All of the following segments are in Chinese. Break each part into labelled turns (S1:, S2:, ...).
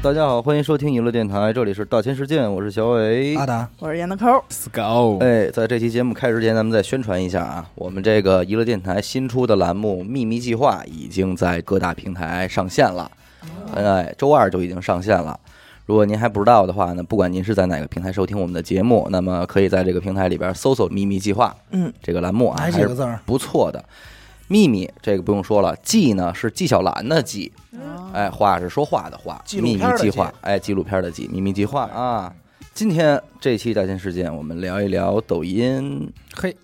S1: 大家好，欢迎收听娱乐电台，这里是大千世界，我是小伟。
S2: 阿达，
S3: 我是闫德抠，
S2: s c o
S1: 哎，在这期节目开始之前，咱们再宣传一下啊，我们这个娱乐电台新出的栏目《秘密计划》已经在各大平台上线了，哎，周二就已经上线了。如果您还不知道的话呢，不管您是在哪个平台收听我们的节目，那么可以在这个平台里边搜索“秘密计划”
S3: 嗯
S1: 这个栏目啊，
S2: 哪
S1: 还
S2: 几
S1: 是
S2: 个字儿？
S1: 不错的。秘密这个不用说了，纪呢是纪晓岚的纪，
S3: 嗯
S4: 嗯
S1: 哎，话是说话的话，
S2: 纪录
S1: 秘
S2: 片
S1: 密
S2: 儿的
S1: 计
S2: 纪
S1: 划，哎，纪录片儿的纪，秘密计划啊。今天这期大千世界，我们聊一聊抖音
S2: 嘿，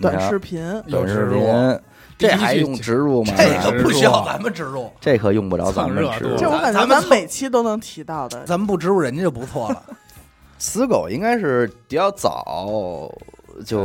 S3: 短视频
S1: 短视
S2: 有植
S1: 频
S2: 入，
S1: 这
S5: 第一
S1: 还
S5: 句
S1: 用哎植入吗？
S5: 这个不需要咱们植入，
S1: 这可用不着咱
S5: 蹭
S1: 们
S5: 热
S1: 植
S5: 度
S1: 入。
S3: 这我感觉
S5: 咱们
S3: 咱每期都能提到的。
S2: 咱们不植入人家就不错了。
S1: 死狗应该是比较早就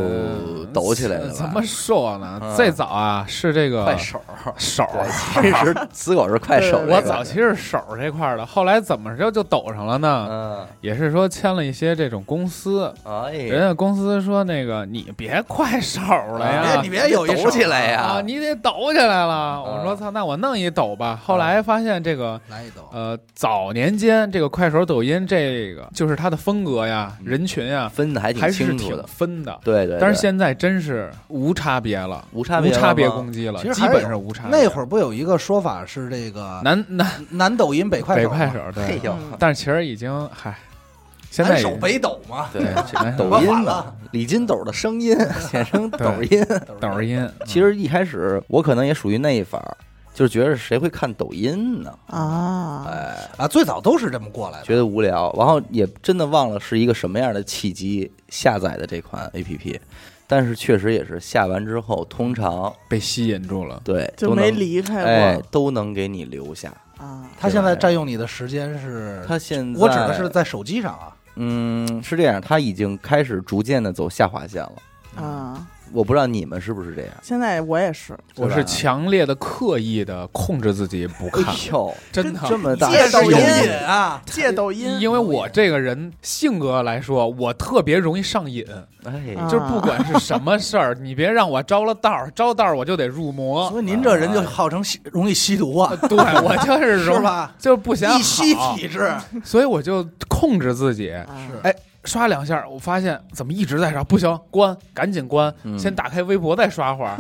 S1: 抖起来了
S4: 呃
S1: 吧？
S4: 怎么说呢
S1: 嗯？
S4: 最早啊是这个
S1: 快手？
S4: 手儿，
S1: 对，其实死狗是快手这
S3: 对
S1: 个。
S4: 我早期是手儿这块儿的，后来怎么着就抖上了呢？
S1: 嗯，
S4: 也是说签了一些这种公司，
S1: 哎
S4: 人
S1: 呀，
S4: 家公司说那个你别快手儿了
S1: 啊
S5: 别
S4: 呀
S5: 你。别有一手
S1: 抖起来
S4: 啊，
S1: 呀！
S4: 你得抖起来了！我说
S1: 啊
S4: 操，那我弄一抖吧。
S1: 嗯
S4: 后来发现这个，
S2: 来一抖，
S4: 呃，早年间这个快手、抖音，这个就是它的风格呀、人群呀，
S1: 分的嗯还挺
S4: 还是
S1: 清楚
S4: 挺
S1: 的。
S4: 分的。
S1: 对对，
S4: 但是现在真是无差别了，
S1: 无差别
S4: 无
S1: 了
S4: 差别
S1: 吗
S4: 攻击了，
S2: 其实
S4: 基
S2: 还是
S4: 本
S2: 有
S4: 上无差别。
S2: 那会儿不有一个说法是这个
S4: 南南
S2: 南抖音北快
S4: 北
S2: 手吗，
S4: 快手对，
S1: 呦
S3: 嗯
S4: 但是其实已经嗨，现在
S5: 南
S4: 已
S5: 手
S4: 经
S5: 北抖嘛，
S1: 对
S4: 哎
S1: 抖
S5: 我
S1: 音
S5: 反
S1: 嘛
S5: 了，
S1: 李金斗的声音写成抖音。
S2: 嗯
S4: 抖音，
S1: 其实一开始我可能也属于那一法儿，就是觉得谁会看抖音呢？
S3: 啊，
S1: 哎，
S2: 啊，最早都是这么过来的。
S1: 觉得无聊，然后也真的忘了是一个什么样的契机下载的这款 A P P，但是确实也是下完之后，通常
S4: 被吸引住了。
S1: 对
S3: 就
S1: 都能
S3: 没离开
S1: 哎都能给你留下。
S3: 过啊。
S2: 他现在占用你的时间是，
S1: 它现在
S2: 嗯我指的是在手机上啊，
S1: 嗯是这样，它已经开始逐渐的走下滑线了。
S3: 啊，
S1: 我不知道你们是不是这样。
S3: 现在我也是，
S4: 我
S1: 吧
S4: 是强烈的、刻意的控制自己不看
S1: 哎，呦，
S4: 真的。
S1: 这么大
S3: 戒
S1: 的
S3: 指啊
S1: 手
S3: 抖音
S1: 印
S2: 瘾啊，
S3: 戒抖音，
S4: 因为我这个人性格来说，我特别容易上瘾，
S1: 哎，
S3: 啊
S4: 就是不管是什么事儿，你别让我着了道儿，着道儿我就得入魔。
S2: 所以您这人就号称吸容易吸毒啊，
S4: 对我就是
S2: 是
S4: 容，
S2: 吧？
S4: 就是不想
S2: 一吸
S4: 好，
S2: 体质哎
S4: 所以我就控制自己。
S3: 啊
S2: 是
S4: 刷两下，我发现怎么一直在刷，不行，关，赶紧关，
S1: 嗯
S4: 先打开微博再刷会儿。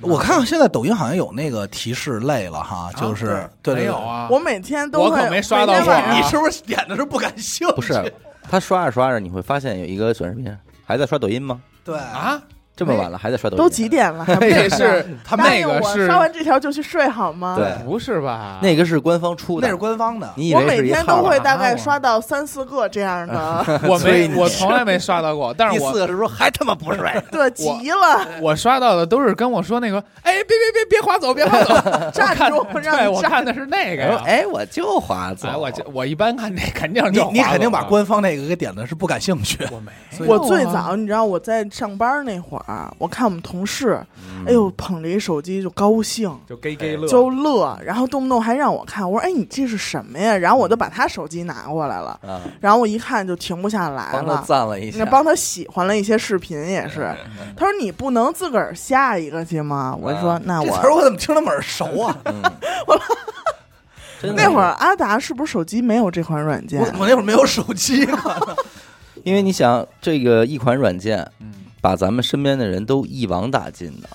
S2: 我看现在抖音好像有那个提示类了哈，就
S4: 啊
S2: 是对对
S4: 对没有啊，
S3: 我每天都
S4: 我
S3: 会，
S4: 可没刷
S3: 每
S4: 到
S3: 天
S4: 过
S3: 晚
S4: 啊
S3: 上
S5: 你是不是点的是不感兴趣？
S1: 不是，他刷着刷着，你会发现有一个短视频还在刷抖音吗？
S2: 对对
S4: 啊，
S1: 这么晚了还在刷抖音？
S3: 都 几？点了，还不
S4: 那
S3: 睡觉
S4: 是他
S3: 答
S4: 那
S3: 应
S4: 个
S3: 我
S4: 是
S3: 刷完这条就去睡好吗？
S1: 对
S4: 不是吧？
S1: 那个是官方出的
S2: 那是，官方的，
S1: 你以
S3: 我
S1: 为
S3: 每
S1: 是一
S3: 天
S1: 号
S3: 都
S1: 儿
S3: 会
S1: 啊？
S3: 大概刷到三四个这 样的，
S4: 我
S1: 所以
S4: 没
S1: 你，
S4: 我从来没刷到过，但
S1: 第
S4: 是
S1: 四
S4: 我
S1: 个是说还他妈不睡，
S3: 对，急了，
S4: 我刷到的都是跟我说那个，哎，别别别别划走，别划走，
S3: 站
S4: 看
S3: 住，
S4: 对
S3: 让你
S4: 我
S3: 站
S4: 看
S3: 住。
S4: 的是那个
S1: 然后
S4: 呀。
S1: 哎，我就划走，
S4: 哎，我就我一般看那肯定
S2: 你
S4: 就
S2: 你
S4: 划走
S2: 肯定把
S4: 了
S2: 官方那个给点的是不感兴趣，
S4: 我没，
S1: 啊
S3: 我最早，你知道我在上班那会儿，啊我看我们同事，
S1: 嗯
S3: 哎呦，捧着一手机就高兴，
S4: 就 gay gay 乐，
S3: 就乐，然后动不动还让我看，我说：“哎，你这是什么呀？”然后
S2: 嗯
S3: 我就把他手机拿过来了，
S1: 啊，
S3: 然后我一看就停不下来
S1: 帮他
S3: 了。
S1: 赞了一
S3: 哎那
S1: 下，
S3: 帮他喜欢了一些视频也是，
S2: 嗯
S3: 他说你不能自个儿下一个去吗？我说
S1: 啊
S3: 那
S2: 这
S3: 我
S2: 词儿我怎么听那么耳熟 啊？
S1: 嗯 真的
S3: 那会儿，阿达是不是手机没有这款软件
S2: 我？我那会儿没有手机嘛，
S1: 因为你想这个一款软件
S4: 嗯，
S1: 把咱们身边的人都一网打尽的，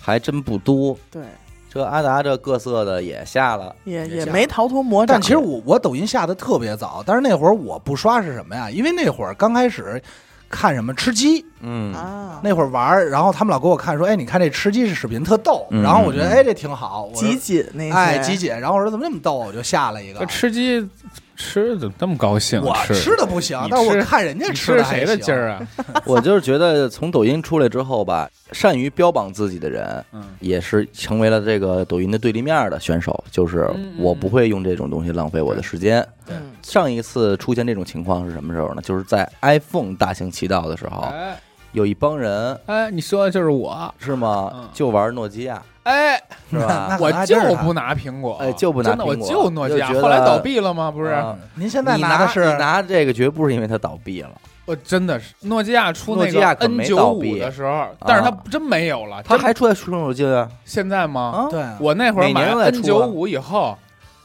S1: 还真不多。
S3: 对，
S1: 这阿达这各色的也下了，
S3: 也
S2: 也
S3: 也
S2: 下
S3: 没逃脱魔掌。
S2: 但其实我我抖音下的特别早，但是那会儿我不刷是什么呀？因为那会儿刚开始看什么吃鸡，
S1: 嗯
S3: 啊，
S2: 那会儿玩儿，然后他们老给我看说，哎，你看这吃鸡是视频特逗，
S1: 嗯
S2: 然后我觉得
S1: 嗯
S2: 哎这挺好，我说
S3: 集锦那些，
S2: 哎集锦，然后我说怎么那么逗，啊我就下了一个
S4: 这。吃鸡吃的这么高兴，
S2: 我
S4: 吃
S2: 吃的不行
S4: 你，
S2: 但是我
S4: 吃
S2: 看人家
S4: 你
S2: 的还
S4: 谁的
S2: 行
S4: 劲儿啊？
S1: 我就是觉得从抖音出来之后吧，善于标榜自己的人，
S4: 嗯
S1: 也是成为了这个抖音的对立面的选手。就是
S4: 嗯
S1: 我不会用这种东西浪费我的时间。
S3: 嗯
S1: 上一次出现这种情况是什么时候呢？就是在 iPhone 大行其道的时候，
S4: 哎
S1: 有一帮人
S4: 哎，你说的就是我，
S1: 是吗
S4: 嗯？
S1: 就玩诺基亚
S4: 哎，
S1: 是
S2: 那
S1: 吧？
S2: 可
S4: 我
S2: 能还真是
S4: 就
S2: 他
S4: 不拿苹果，
S1: 啊哎就不拿
S4: 真的，我
S1: 苹果
S4: 就诺基亚，
S1: 就觉得
S4: 后来倒闭了吗？不是，
S1: 啊
S2: 嗯您现在
S1: 你
S2: 拿
S1: 拿
S2: 的是啊
S1: 你拿这个绝不是因为它倒闭了，
S4: 我真的是诺基亚出那
S1: 诺基
S4: 个
S1: 亚可
S4: N
S1: 没
S4: 九
S1: 倒闭啊
S4: 五的时候，但是它真没有了，
S1: 它
S4: 真
S1: 还出来出手机啊？
S4: 现在吗？
S1: 啊，
S2: 对啊，
S4: 我那会儿
S1: 哪
S4: 买
S1: 年都在
S4: N
S1: 出
S4: 九
S1: 啊
S4: 五以后，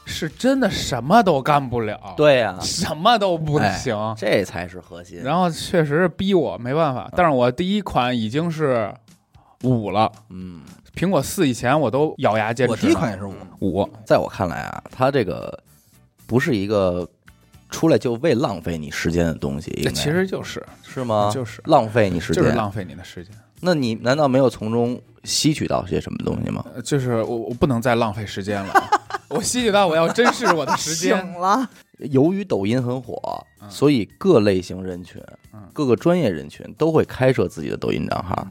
S4: 是真的什么都干不了，，
S1: 对哎呀、
S4: 什么都不行。
S1: 这才是核心。
S4: 啊然后确实是逼我没办
S1: 啊
S4: 法，但是我第一款已经是五了，
S1: 嗯，
S4: 苹果四以前我都咬牙坚持。
S2: 我第一款也是我，
S4: 五，
S1: 在我看来啊，它这个不是一个出来就为浪费你时间的东西，应该
S4: 其实就是
S1: 是吗？
S4: 就是
S1: 浪费你时
S4: 就是
S1: 间。
S4: 浪费你的时间，
S1: 那你难道没有从中吸取到些什么东西吗？
S4: 呃就是我我不能再浪费时间 了，我吸取到我要珍视我的时
S3: 醒
S4: 间。
S3: 了，
S1: 由于抖音很火，
S4: 嗯
S1: 所以各类型人群
S4: 嗯、
S1: 各个专业人群都会开设自己的抖音账号。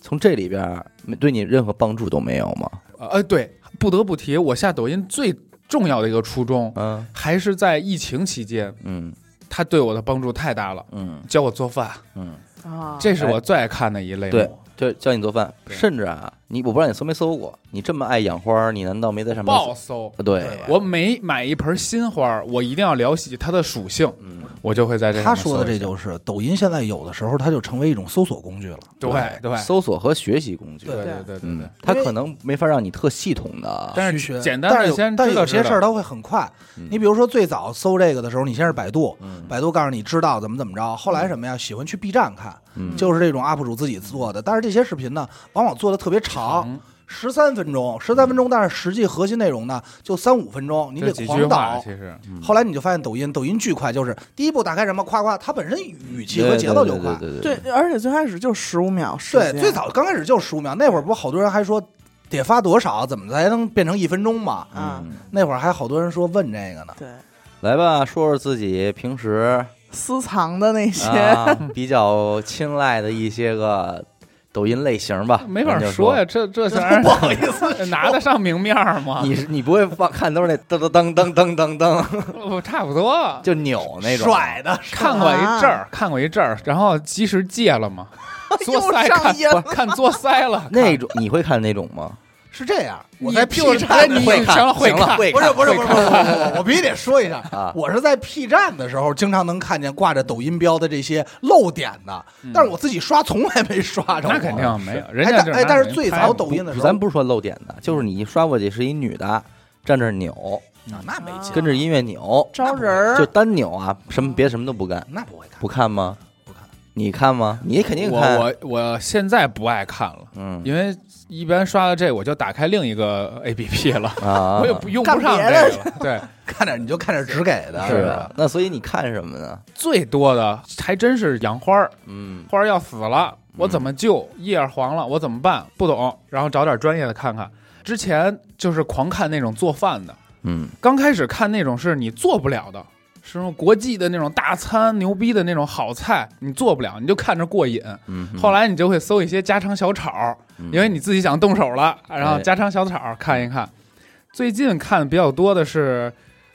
S1: 从这里边儿没对你任何帮助都没有吗？
S4: 呃，对，不得不提，我下抖音最重要的一个初衷，
S1: 嗯
S4: 还是在疫情期间，
S1: 嗯
S4: 它对我的帮助太大了，
S1: 嗯
S4: 教我做饭，
S1: 嗯，
S3: 啊，
S4: 这是我最爱看的一类目。
S1: 对对，教你做饭，
S4: 对
S1: 甚至啊，你我不知道你搜没搜过，你这么爱养花儿，你难道没在上面搜？
S4: 暴搜。
S1: 啊对，
S4: 我每买一盆新花儿，我一定要了解它的属性，
S1: 嗯，
S4: 我就会在这上
S2: 他
S4: 面
S2: 说的
S4: 搜一
S2: 这
S4: 下
S2: 就是抖音现在有的时候它就成为一种搜索工具了。
S4: 对对
S1: 搜索和学习工具，
S4: 对对
S3: 对
S4: 对对
S1: 嗯
S4: 对，，
S1: 它可能没法让你特系统的，
S4: 但
S2: 去
S4: 是
S2: 学
S4: 简单
S2: 但
S4: 的
S2: 是
S4: 先
S2: 有但
S4: 知道
S2: 有些
S4: 知
S2: 事儿
S4: 道
S2: 它会很快。
S1: 嗯
S2: 你比如说最早搜这个的时候，你先是百度，
S1: 嗯
S2: 百度告诉你知道怎么怎么着，
S4: 嗯
S2: 后来什么呀，喜欢去 B 站看，
S1: 嗯
S2: 就是这种 UP 主自己做的。但是这些视频呢，往往做的特别长
S4: 长，
S2: 十三分钟，十三分钟，但是实际核心内容呢就三五分钟，你
S4: 这
S2: 得
S4: 几句
S2: 狂
S4: 话
S2: 导
S4: 其。实
S2: 后来你就发现抖音，抖音巨快，就是第一步打开什么夸夸，它本身语气和
S1: 对
S2: 节
S1: 对
S2: 奏
S1: 对
S2: 就快。
S1: 对对
S3: 对，而且最开始就十五秒时
S2: 对
S3: 间，，
S2: 最早刚开始就是十五秒，那会儿不好多人还说得发多少，怎么才能变成一分钟嘛？
S3: 啊，
S1: 嗯
S2: 那会儿还好多人说问这 个呢。
S3: 对，
S1: 来吧，说说自己平时
S3: 私藏的那些，
S1: 啊 比较青睐的一些个抖音类型吧，
S4: 没法
S1: 咱就
S4: 嗯说
S1: 说
S4: 呀，。这 这不好意思， 拿得上明面儿吗？
S1: 你是你不会放看都是那噔噔噔噔噔噔噔
S4: 我差不多
S1: 就扭那 种
S5: 甩的，
S4: 看过一阵儿，看过一阵儿，然后及时戒 了嘛， 嘬腮
S3: 又上
S4: 看
S3: 瘾
S4: 不 是看嘬腮了，
S1: 那种，你会看那种吗？
S2: 是这样，我
S4: 你
S2: 在
S4: 就
S2: P
S4: 是
S2: 站的时
S4: 你
S2: 候，
S1: 会看
S4: 行了会
S1: 行了
S4: 看
S1: 会
S2: 不
S1: 看
S2: 是不是不是，不是我我必须得说一 下
S1: 啊
S2: 我是在 P 站的时候，经常能看见挂着抖音标的这些漏点的，但是我自己刷从来没刷着过。
S4: 嗯那肯定没有，人
S2: 哎
S4: 家
S2: 但
S4: 就是
S2: 哎
S4: 拿
S2: 但是
S4: 人
S2: 最
S4: 拍
S2: 早
S4: 嘛
S2: 抖音的时候
S1: 咱不是说漏点的，就是你一刷过去是一女的站这儿扭，
S2: 啊，那没劲，
S1: 跟着音乐扭，
S3: 招人儿
S1: 就，单扭啊，什么别的什么都不干，
S2: 那不会看
S1: 不，看吗？
S2: 不看，
S1: 你看吗？你肯定看。
S4: 我我我现在不爱看了，
S1: 嗯
S4: 因为一般刷到这我就打开另一个 A P P 了，
S1: 啊，
S4: 我也不用不
S3: 干
S4: 上
S3: 别
S4: 这个
S3: 的
S4: 了。对，
S2: 看点你就看点只给的，
S1: 是
S2: 吧
S4: 啊
S1: 的。？那所以你看什么呢？
S4: 最多的还真是养花儿，
S1: 嗯
S4: 花儿要死了，我怎么救？叶儿黄了，我怎么办？不懂，然后找点专业的看看。之前就是狂看那种做饭的，
S1: 嗯
S4: 刚开始看那种是你做不了的，是那种国际的那种大餐，牛逼的那种好菜，你做不了，你就看着过瘾。
S1: 嗯。
S4: 后来你就会搜一些家常小炒儿，
S1: 嗯，
S4: 因为你自己想动手了，然后
S1: 哎
S4: 家常小炒儿看一看。最近看的比较多的是，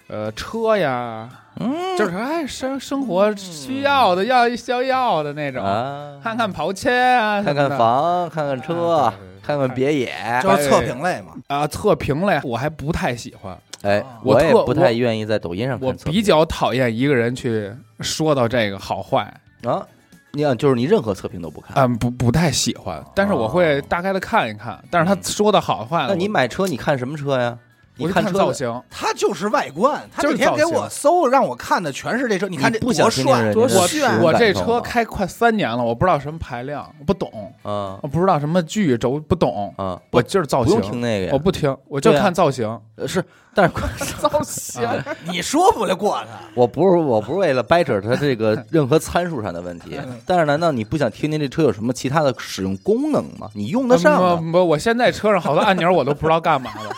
S4: 呃，车呀，
S1: 嗯
S4: 就是哎生生活需要的，要消要的那种，
S1: 啊，
S4: 看看跑车啊，
S1: 看看房，看看车
S4: 啊对对对，
S1: 看看别野。
S2: 就是测评类嘛，
S4: 啊，测评类我还不太喜欢，
S1: 哎，
S4: 哦我
S1: 也
S4: 特
S1: 不太愿意在抖音上
S4: 我
S1: 看测评。
S4: 比较讨厌一个人去说到这个好坏，
S1: 啊，你想就是你任何测评都不看。
S4: 嗯，不不太喜欢，但是我会大概的看一看，但是他说的好坏，
S1: 哦嗯那你
S4: 我
S1: 买车你看什么车呀？你
S4: 我就
S1: 看
S4: 看
S1: 车
S4: 造
S1: 的，
S4: 型，
S2: 它就是外观。他
S4: 就是
S2: 那天
S4: 造
S2: 给
S4: 型
S2: 我搜，让我看的全是这车，你看这
S1: 不想
S2: 多
S1: 听听
S2: 帅
S1: 人，
S3: 多
S1: 家的
S4: 我
S1: 使
S3: 炫
S1: 用
S4: 啊我
S1: 感
S4: 这
S1: 受啊
S4: 车
S1: 吗
S4: 开快三年了，我不知道什么排量，我不懂，
S1: 啊
S4: 我不知道什么剧轴，不懂，
S1: 啊，
S4: 我就是造
S1: 不用听
S4: 型，
S1: 那个
S4: 我
S1: 呀
S4: 不听，我就
S1: 对啊
S4: 看造型，
S1: 呃，是，但是
S3: 造型，
S4: 啊
S2: 你说不了过他。
S1: 我不是我不是为了掰扯它这个任何参数上的问题，
S4: 嗯
S1: 但是难道你不想听听这车有什么其他的使用功能吗？你用得上啊
S4: 嗯
S1: 吗？
S4: 不不，我现在车上好多按钮我都不知道干嘛的，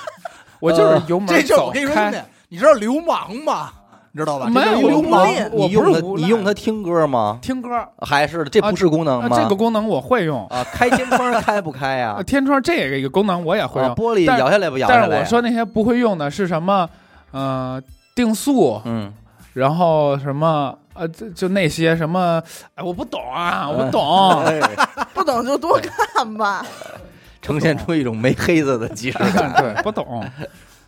S4: 我
S1: 呃
S4: 就是油门
S2: 这就是
S4: 走
S2: 我跟你说，兄弟
S4: 开，，
S2: 你知道流氓吗？你知道吧？
S4: 没有
S2: 这就是一流
S4: 嗯我
S2: 氓
S4: 不是
S1: 你用它
S4: 无赖
S1: 你用它听歌吗？
S4: 听歌儿，
S1: 还是这不是功能
S4: 啊
S1: 吗？
S4: 这个功能我会用，
S1: 啊，开天窗开不开呀
S4: 啊？天窗这个一个功能我也会
S1: 啊
S4: 用，
S1: 玻璃
S4: 但是
S1: 摇下来不摇下
S4: 但
S1: 来？
S4: 是我，说那些不会用的是什么？呃，定速，
S1: 嗯，
S4: 然后什么呃，就就那些什么，哎，我不懂啊，我不 懂。
S1: 哎
S3: 不懂就多看吧，
S1: 呈现出一种没黑子的即视 感。
S4: 对，不懂。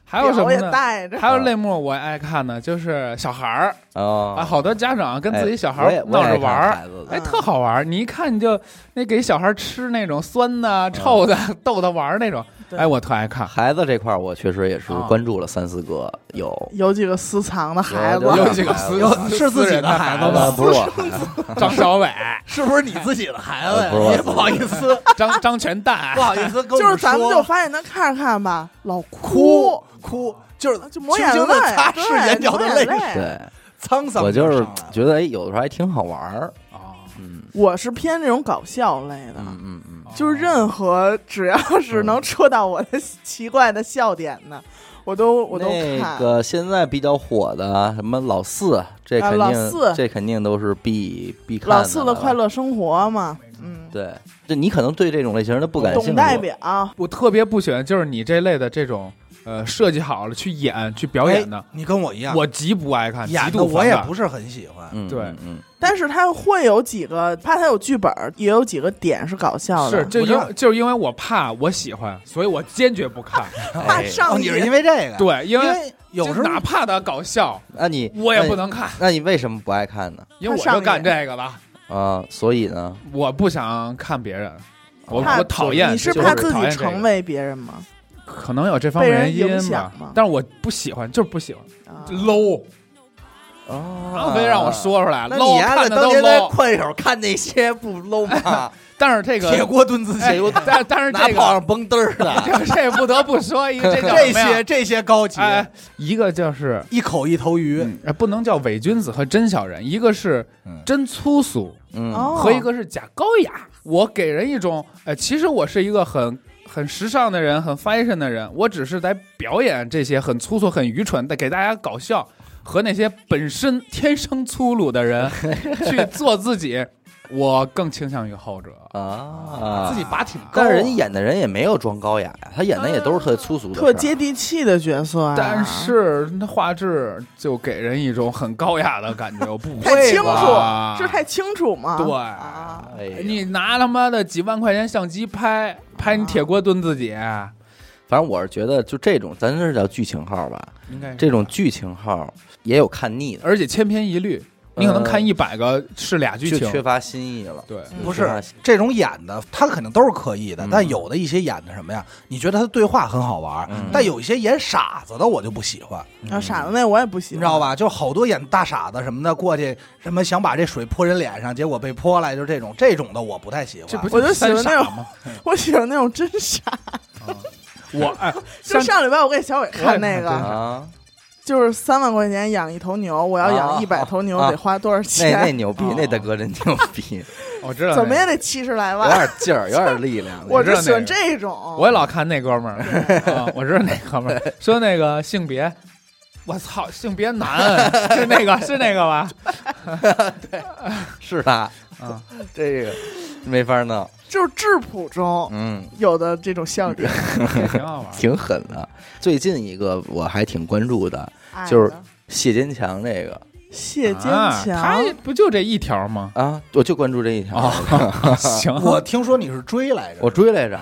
S4: 还有什
S3: 表
S4: 么
S3: 也
S4: 呢？
S3: 带着，
S4: 还有类目我爱看的，就是小孩儿啊，
S1: 啊，
S4: 好多家长跟自己小孩
S1: 哎我也
S4: 儿闹着玩
S1: 我也爱看
S4: 儿，
S1: 孩子的
S4: 哎，
S3: 嗯
S4: 特
S2: 嗯
S4: 好玩儿。你一看你就那给小孩吃那种酸的、臭的，逗他玩儿那种，
S3: 对
S4: 哎，我特爱看，
S1: 孩子这块儿，我确实也是
S4: 啊
S1: 关注了三四个有，
S3: 有几个私藏的孩子
S1: 有，
S4: 有几个私
S2: 有是自己的
S4: 孩
S2: 孩子吗
S1: 呃不是我孩子，
S4: 张小伟、
S5: 是不是你自己的孩子呀？
S1: 呃不是我
S5: 你也不好意 思，
S4: 张张全蛋
S5: 不，好意思跟我
S3: 就是咱们
S5: 说
S3: 就发现他看着看吧，老
S5: 哭哭，就是
S3: 就抹
S5: 轻
S3: 眼
S5: 轻
S3: 泪
S5: 地，擦拭眼角的
S3: 对抹
S5: 泪
S3: 眼泪。
S1: 对
S5: 沧桑。
S1: 我就是觉得哎，有的时候还挺好玩儿，
S4: 啊
S1: 嗯
S3: 我是偏这种搞笑类的，
S1: 嗯嗯嗯，
S3: 就是任何只要是能戳到我的奇怪的笑点的，我都我都
S1: 那
S3: 看。
S1: 个现在比较火的什么老四，这肯
S3: 啊
S1: 定、
S3: 老四
S1: 这肯定都是必必看
S3: 老四
S1: 的
S3: 的快。乐生活嘛，嗯，
S1: 对，就你可能对这种类型的不感兴趣。
S3: 董代表
S4: 我特别不喜欢就是你这类的这种呃设计好了去演去表演的
S2: 哎，你跟我一样，
S4: 我极不爱看，极
S2: 演的
S4: 度
S2: 我
S4: 反
S2: 也
S4: 感
S2: 不是很喜欢。
S1: 嗯，
S4: 对
S1: 嗯嗯，
S3: 但是他会有几个，怕他有剧本，也有几个点是搞笑的，
S4: 是，就
S2: 我知道
S4: 因就是因为我怕我喜欢，所以我坚决不看。
S3: 怕上
S2: 哦，你
S3: 瘾。
S2: 是因为这个？，
S4: 对，因
S2: 因
S4: 为
S2: 为有
S4: 就
S2: 时候哎
S4: 哪怕他搞笑，
S1: 那你
S4: 我也不。能看，
S1: 那你那你为什么不爱看呢？
S4: 因为我
S3: 他上
S4: 就
S3: 瘾
S4: 干这个了，
S1: 啊、所以呢，
S4: 我不想看别人，我
S3: 怕
S4: 我讨厌。
S3: 你是
S4: 就是
S3: 怕自
S4: 讨
S3: 己
S4: 厌这个
S3: 成为别人吗？
S4: 可能有这方面
S3: 被人
S4: 原
S3: 影
S4: 因
S3: 响
S4: 吧
S3: 吗，
S4: 但是我不喜欢，就是不喜欢
S3: 啊
S4: low，
S1: 啊
S4: 啊非让我。说出来
S1: 那你
S4: ，low
S1: 丫的
S4: 看的
S1: 当
S4: 都
S1: 年在
S4: low，
S1: 快手看那些不 low 吗？
S4: 但是这
S2: 铁
S4: 个，
S2: 锅炖自己，
S4: 哎但但是
S1: 拿
S4: 这
S1: 炮
S4: 个，
S1: 上崩嘚儿的，
S4: 这不得不说 一个，这叫
S2: 这
S4: 什么呀
S2: 些这些高级，
S4: 哎，一个就是
S2: 一口一头鱼，
S4: 嗯，哎，不能叫伪君子和真小人，一个是
S2: 嗯
S4: 真粗俗，
S1: 嗯，
S3: 哦
S4: 和一个是假高雅。我给人一种，呃，其实我是一个很很时尚的人，很 fashion 的人，我只是在表演这些很粗俗、很愚蠢的，给大家搞笑，和那些本身天生粗鲁的 人去做自己，我更倾向于后者。
S1: 啊，
S3: 哦
S4: 自己拔挺高、
S1: 但是人演的人也没有装高雅呀，他演的也都是特粗俗的事儿，
S3: 特接地气的角色啊，
S4: 但是那画质就给人一种很高雅的感觉，我不
S3: 太清楚
S4: 吧，
S3: 是太清楚吗？
S4: 对
S3: 啊，
S1: 哎呀
S4: 你拿他妈的几万块钱相机拍拍你铁锅炖自己，
S1: 啊反正我是觉得，就这种，咱这是叫剧情号吧？
S4: 应该是
S1: 这种剧情号也有看腻的，
S4: 而且千篇一律，你可能看一百个是俩剧
S1: 呃就
S4: 情，
S1: 缺乏新意了。
S4: 对，
S3: 嗯
S2: 不
S1: 缺乏
S2: 是
S1: 新
S2: 这种演的，他肯定都是刻意的
S1: 嗯，
S2: 但有的一些演的什么呀？你觉得他的对话很好玩
S1: 嗯，
S2: 但有一些演傻子的我就不喜欢，
S4: 嗯
S3: 然后傻子那我也不喜
S2: 你
S3: 欢，
S1: 嗯
S2: 知道？吧？就好多演大傻子什么的，过去什么想把这水泼人脸上，结果被泼来，就这种这种的我不太喜
S4: 这
S2: 欢
S4: 不。
S3: 我就喜欢那
S4: 三
S3: 种
S4: 傻吗？
S3: 我喜欢那种真傻。
S4: 我哎，
S3: 就
S4: 像
S3: 上礼拜我给小伟看那
S4: 我也看
S3: 个，
S1: 啊，
S3: 就是三万块钱养一头牛，我要
S1: 啊
S3: 养一百头牛
S1: 啊
S3: 得花多少
S1: 那那
S3: 钱？
S1: 牛逼
S4: 哦，
S1: 那大哥真牛 逼，
S4: 我知道那个，
S3: 怎么也得七十来
S1: 有
S3: 万。
S1: 点劲儿，有点力量。
S3: 我
S4: 知道
S3: 就
S4: 那
S3: 喜欢
S4: 个
S3: 这种，
S4: 我也老看那哥们儿，啊我知道那哥们儿说那个性别。我操，性别男是那个是那个吧？
S1: 是他，
S4: 啊，
S1: 这个没法弄。
S3: 就是质朴中
S1: 嗯，
S3: 有的这种笑点，
S4: 这挺好玩儿。
S1: 挺狠的。最近一个我还挺关注的，
S3: 爱的
S1: 就是谢坚强这个
S3: 谢坚
S4: 啊
S3: 强
S4: 他不就这一 条吗？
S1: 啊，我就关注这一条，
S4: 啊，行，
S2: 我听说你是追来着，
S1: 哦我追来着。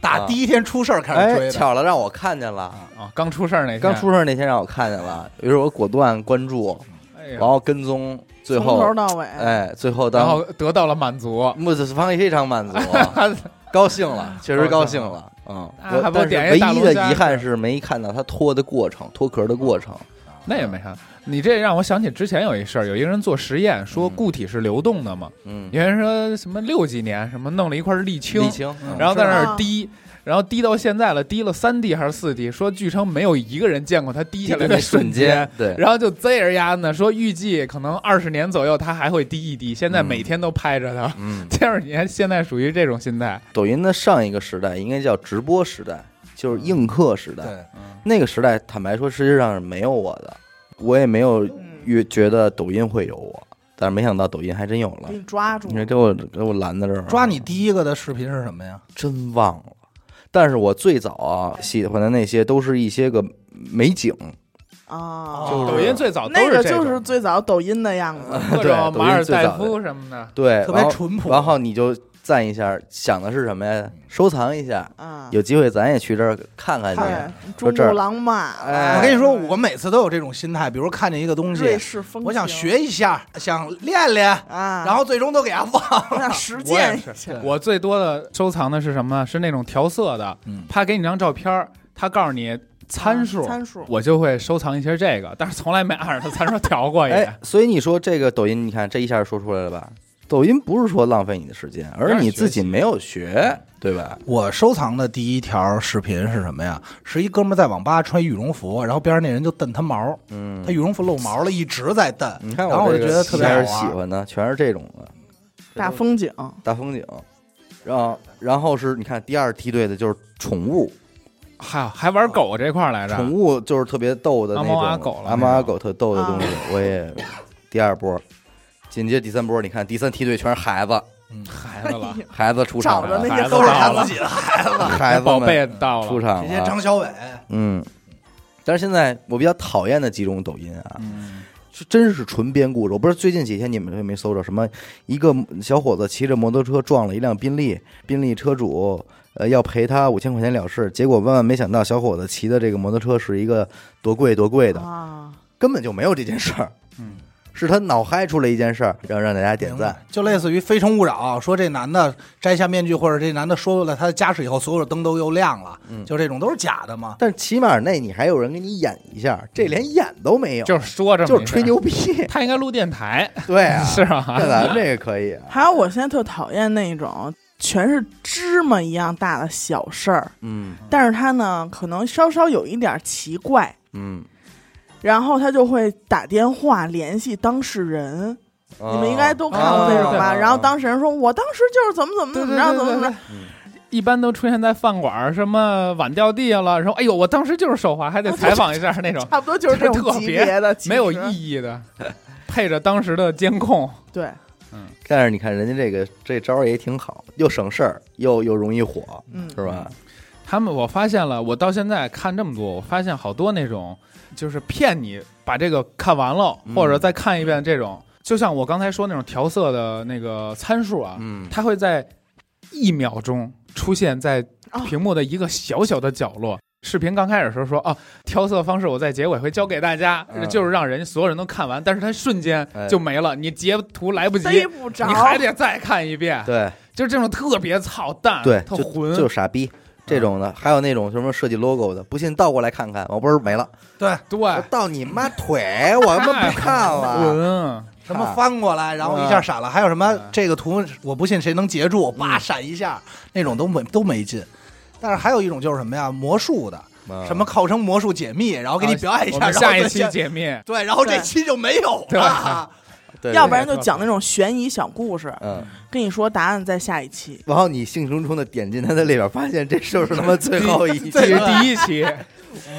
S2: 打第一天出事儿开 始
S1: 哎，
S2: 追的。
S1: 巧了，让我看见了。
S4: 啊，刚出事儿那天
S1: 刚出，事儿那天让我看见了，于是我果断关注，
S4: 哎
S1: 然
S4: 呀
S1: 后跟踪，最
S3: 从头
S1: 后
S3: 到尾，
S1: 哎，最后
S4: 然
S1: 当
S4: 后得到了满足，
S1: 木子方非常满足，啊高兴了，确实高兴了。嗯，
S4: 那还
S1: 我
S4: 不
S1: 但是
S4: 点
S1: 唯
S4: 一大
S1: 一
S4: 龙
S1: 的
S4: 虾
S1: 遗憾是没看到他脱的过程，脱壳的过程。
S4: 那也没啥。你这让我想起之前有一事儿，有一个人做实验说固体是流动的嘛，
S1: 嗯，
S4: 有人说什么六几年什么弄了一块沥青，
S1: 沥青，嗯
S4: 然后在那儿
S3: 嗯
S4: 滴，然后滴到现在了，滴了三滴还是四滴，说据称没有一个人见过它滴下来
S1: 那
S4: 的瞬
S1: 间，，对，
S4: 然后就贼儿丫呢，说预计可能二十年左右它还会滴一滴，现在
S1: 嗯
S4: 每天都拍着 它。
S1: 嗯，
S4: 第二年现在属于这种心态，
S1: 抖音的上一个时代应该叫直播时代，就是映客时代。
S2: 对，
S1: 那个时代，坦白说，实际上是没有我的，我也没有
S3: 嗯，
S1: 越觉得抖音会有我，但是没想到抖音还真有了
S3: 给。你抓住
S1: 你，看，给我给我拦在这儿啊了，
S2: 抓你第一个的视频是什么呀？
S1: 真忘了。但是我最早啊喜欢的那些都是一些个美景，
S3: 啊，
S2: 就是
S4: 抖音最早哦都
S3: 那个
S4: 这
S3: 就
S4: 种
S3: 是最早抖音的样子，
S4: 各
S1: 对
S4: 种
S1: 抖
S4: 马
S1: 音
S4: 尔
S1: 最
S4: 代
S1: 早的
S4: 夫什么的，
S1: 对，
S2: 特
S1: 然
S2: 别
S1: 后
S2: 淳朴。嗯
S1: 然后你就赞一下，想的是什么呀？收藏一下，
S3: 啊，
S1: 有机会咱也去这儿看看去。
S3: 对，珠
S1: 说这儿
S3: 穆朗玛了，
S1: 哎
S2: 我跟你说，我每次都有这种心态，比如看见一个东
S3: 啊瑞
S2: 西，
S3: 士风情，
S2: 我想学一下，想练练，
S3: 啊，
S2: 然后最终都给它忘
S3: 我
S2: 了。
S3: 想实
S4: 我也
S3: 践一
S4: 是
S3: 下，啊
S4: 我最多的收藏的是什么呢？是那种调色的
S2: 嗯，
S4: 他给你张照片儿，他告诉你参数，
S3: 啊参数，
S4: 我就会收藏一些这个，但是从来没按照它参数调过也。
S1: 哎，所以你说这个抖音，你看这一下说出来了吧？抖音不是说浪费你的时间，而是你自己没有学，对吧？
S2: 我收藏的第一条视频是什么呀？是一哥们儿在网吧穿羽绒服，然后边上那人就蹬他毛，
S1: 嗯
S2: 他，羽绒服露毛了，一直在蹬。
S1: 你看
S2: 然后我
S1: 这
S2: 就觉
S1: 个
S2: 得特别
S1: 还
S2: 好啊
S1: 是喜
S2: 玩。
S1: 欢的，全是这种的
S3: 大风景，
S1: 大风景。然后，然后是你看第二梯队的就是宠物，
S4: 还还玩狗这块儿来着，
S1: 宠物就是特别逗的那种，
S4: 阿猫阿狗了
S1: 阿猫阿
S4: 那种
S1: 狗特逗的东西，我也第二波，紧接第三波，你看第三梯队全是孩子，
S2: 嗯
S1: 啊
S4: 孩 子了，
S1: 孩子出场
S3: 找着
S1: 了
S3: 那，
S4: 孩
S3: 些
S4: 子
S2: 都是
S4: 到
S2: 他
S4: 了
S3: 啊
S2: 自，己的，
S1: 哎孩子
S4: 宝
S1: 们
S4: 贝到
S1: 出
S4: 了，
S1: 场
S2: 这些
S1: 了，
S2: 张小伟，
S1: 嗯。但是现在我比较讨厌的几种抖音啊，
S4: 嗯
S1: 是真是纯编故事。我不知道最近几天你们有没有搜着什么，一个小伙子骑着摩托车撞了一辆宾利，宾利车主呃要赔他五千块钱了事，结果万万没想到，小伙子骑的这个摩托车是一个多贵多贵的，
S3: 啊，
S1: 根本就没有这件事儿，
S4: 嗯，
S1: 是他脑嗨出了一件事儿，让让大家点赞。
S2: 就类似于《非诚勿扰》，啊说这男的摘下面具，或者这男的说了他的家世以后，所有的灯都又亮了，
S1: 嗯
S2: 就这种都是假的嘛。
S1: 但起码那你还有人给你演一下，这连演都没有，
S4: 就是说这么
S1: 就是
S4: 一
S1: 吹
S4: 事儿，
S1: 牛逼。
S4: 他应该录电台，
S1: 对啊，
S4: 是吧？
S1: 那咱们这个可以啊，
S3: 还有我现在特讨厌那种全是芝麻一样大的小事儿，
S1: 嗯
S3: 但是它呢可能稍稍有一点奇怪，
S1: 嗯，
S3: 然后他就会打电话联系当事人，
S4: 哦
S1: 嗯
S3: 你们应该都看过那种吧？
S1: 啊
S3: 然后当事人说：“我当时就是怎么怎么
S4: 对
S3: 怎
S4: 对
S3: 么着，
S4: 对
S3: 怎么怎
S4: 对
S3: 么
S4: 对
S3: 着。，
S4: 一般都出现在饭馆儿，什么碗掉地下了，然后哎呦，我当时就是手滑，还得
S1: 啊
S4: 采访一下 那种”
S3: 差不多就是这种
S4: 特
S3: 级
S4: 别
S3: 别的，其实
S4: 没有意义的，配着当时的监控，
S3: 对，
S1: 但是你看人家这个这招儿也挺好，又省事儿，又又容易火，
S3: 嗯，
S1: 是吧？
S4: 他们，我发现了，我到现在看这么多，我发现好多那种就是骗你把这个看完了，
S1: 嗯
S4: 或者再看一遍这种，就像我刚才说那种调色的那个参数啊，
S1: 嗯
S4: 它会在一秒钟出现在
S3: 哦
S4: 屏幕的一个小小的角落。视频刚开始的时候说哦，调色方式我在结尾会教给大家，
S1: 嗯
S4: 就是让人所有人都看完，但是它瞬间
S1: 哎
S4: 就没了，你截图来不及，
S3: 逮不着
S4: 你，还得再看一遍，
S1: 对
S4: 就是这种特别操蛋，
S1: 对，
S4: 特
S1: 就
S4: 混，
S1: 就是傻逼。这种的，还有那种什么设计 logo 的，不信倒过来看看，我不是没了，
S2: 对，
S4: 对嗯
S1: 我，到你妈腿，我他妈不看了，
S4: 滚！
S2: 什么翻过来，然后一下闪
S4: 嗯
S2: 了，还有什么这个图我不信谁能截住，叭闪一下，那种都没都没劲。但是还有一种就是什么呀，魔术的，
S1: 嗯
S2: 什么号称魔术解密，然后给你表演一
S4: 我
S2: 下，
S4: 们
S2: 然后
S4: 下一
S2: 再
S4: 期解 密。
S2: 对，然后这
S3: 对
S2: 期就没有
S4: 对
S2: 了。
S1: 对
S3: 要不然就讲那种悬疑小故事，
S1: 嗯，
S3: 跟你说答案在下一期。
S1: 然后你兴冲冲的点进他的列表，发现这就是他妈最后一
S4: 这
S1: 期
S4: 是第一期，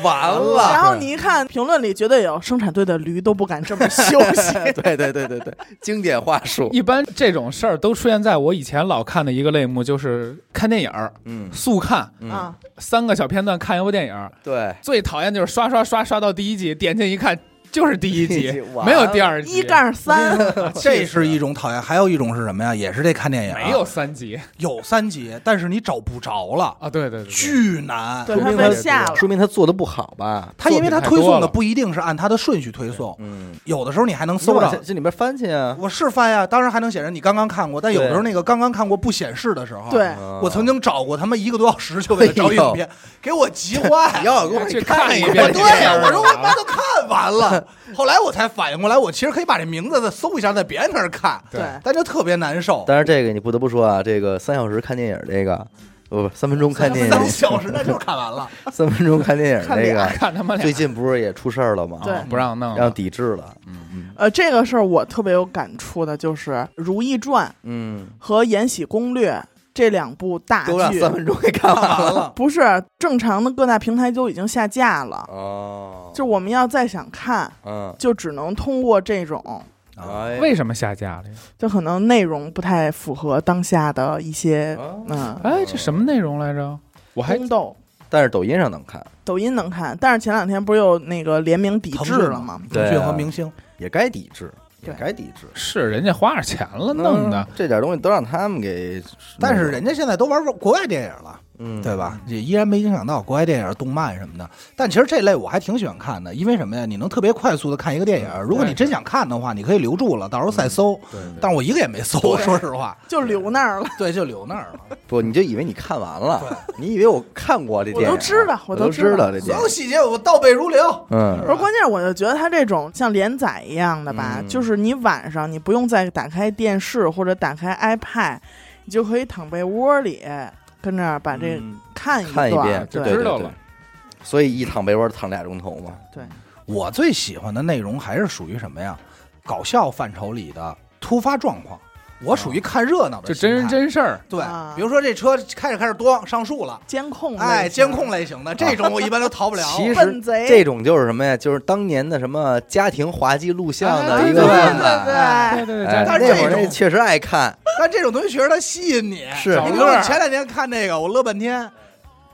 S1: 完
S3: 然
S1: 了。
S3: 后你一看评论里，绝对有生产队的驴都不敢这么休息。
S1: 对对对对对，经典话术。
S4: 一般这种事儿都出现在我以前老看的一个类目，就是看电影儿，
S1: 嗯
S4: 速看
S1: 嗯，
S3: 啊，
S4: 三个小片段看一部电影儿。
S1: 对，
S4: 最讨厌就是刷刷刷刷到第一集，点进一看就是第一集，
S1: 完了
S4: 没有第二集，
S3: 一杠 三，
S2: 这是一种讨厌，还有一种是什么呀？也是这看电影啊
S4: 没有三集
S2: 有三集，但是你找不着了，
S4: 啊！对对对对，
S2: 巨难。
S3: 对
S1: 说
S3: 他
S1: 明
S3: 被
S1: 他
S3: 下了。
S1: 说明他做的不好吧？
S2: 它因为它
S4: 作品
S2: 推
S4: 太多
S2: 送的
S4: 了
S2: 不一定是按它的顺序推送，
S1: 嗯，
S2: 有的时候你还能
S1: 搜
S2: 搜到
S1: 到。这里面翻去啊。
S2: 我是翻呀，当然还能显示你刚刚看过，但有的时候
S1: 对
S2: 那个刚刚看过不显示的时候，啊
S3: 对，
S1: 嗯
S2: 我曾经找过他妈一个多小时，就为了找影片，给我急坏
S1: 你
S2: 了。
S1: 要给我
S4: 去
S1: 看
S4: 看一
S1: 遍
S4: 遍
S2: 我
S1: 这
S2: 对
S1: 个
S2: 呀、
S4: 片儿
S2: 我说我他妈都看完了，后来我才反应过来，我其实可以把这名字再搜一下，在别人那儿看，
S4: 对
S3: 对，
S2: 但就特别难受。
S1: 但是这个你不得不说啊，这个三小时看电影这个，不不，三分钟看电
S2: 三
S1: 影，
S2: 小时那就是看完了，
S1: 三分钟看电影
S4: 看
S1: 这
S4: 俩
S1: 个，啊
S4: 看他们
S1: 最
S4: 俩
S1: 近不是也出事儿了吗？
S3: 对
S4: 不让弄
S1: 让
S4: 了，
S1: 抵制了。
S3: 呃，这个事儿我特别有感触的，就是《如懿传
S1: 嗯》，
S3: 和《延禧攻略》这两部大
S1: 都让
S3: 剧，
S1: 三分钟给看
S2: 看
S1: 完
S2: 完
S1: 了。
S2: 了。
S3: 不是正常的各大平台都已经下架了，
S1: 哦，
S3: 就我们要再想看，
S1: 嗯，
S3: 就只能通过这种，
S1: 哎
S4: 为什么下架了呀？
S3: 就可能内容不太符合当下的一些
S1: 哦啊
S3: 嗯
S4: 哎，这什么内容来着？我还
S3: 宫斗。
S1: 但是抖音上能看，
S3: 抖音能看，但是前两天不是又那个联名抵
S2: 腾
S3: 制
S2: 讯
S3: 了
S2: 嘛
S3: 吗？
S1: 对啊
S2: 腾讯和明星
S1: 也该抵制。
S3: 对
S1: 该抵制。
S4: 是人家花点钱了弄的
S1: 嗯，这点东西都让他们给，
S2: 但是人家现在都玩国外电影了，
S1: 嗯，
S2: 对吧？也依然没影响到国外电影、动漫什么的。但其实这类我还挺喜欢看的，因为什么呀？你能特别快速的看一个电
S4: 嗯
S2: 影，如果你真想看的话，你可以留住了，到时候再搜。
S1: 对
S2: 但我一个也没搜，说实话，
S3: 就留那儿了。
S2: 对，就留那儿 了。
S1: 不，你就以为你看完了，你以为我看过这
S3: 我
S1: 电影啊，
S3: 都知道我
S1: 我
S3: 都
S1: 都
S3: 知
S1: 知
S3: 道
S1: 道这
S2: 所
S1: 电
S2: 有
S1: 影，
S2: 细节我倒背如流。
S3: 不
S1: 嗯
S3: 是，关键我就觉得它这种像连载一样的吧，
S1: 嗯
S3: 就是你晚上你不用再打开电视或者打开 iPad，你就可以躺被窝里跟那儿把这
S1: 嗯
S3: 看一
S1: 看一
S3: 段儿
S1: 遍，
S4: 就
S1: 对
S4: 知
S1: 对
S4: 道
S1: 对
S4: 了。
S1: 所以一躺被窝躺俩钟头嘛，
S2: 我最喜欢的内容还是属于什么呀？搞笑范畴里的突发状况。我属于看热闹的
S4: 哦就
S2: 心态，
S4: 真人真事儿。
S2: 对
S3: 啊，
S2: 比如说这车开着开着咣上树了，
S3: 监控
S4: 嗯
S3: 类
S2: 哎，
S3: 型
S2: 监控类型的这种我一般都逃不 了。
S1: 其实
S3: 笨贼
S1: 这种就是什么呀？就是当年的什么家庭滑稽录像
S4: 哎
S3: 啊
S1: 的
S4: 对
S1: 一个
S4: 对
S1: 范
S4: 对
S1: 本。
S4: 对对对，
S1: 哎
S4: 家
S2: 但是
S1: 那会儿
S2: 这种
S1: 那确实爱看，
S2: 但这种东西确实它吸引你。
S1: 是
S2: 你比如说前两天看那个，我乐半天，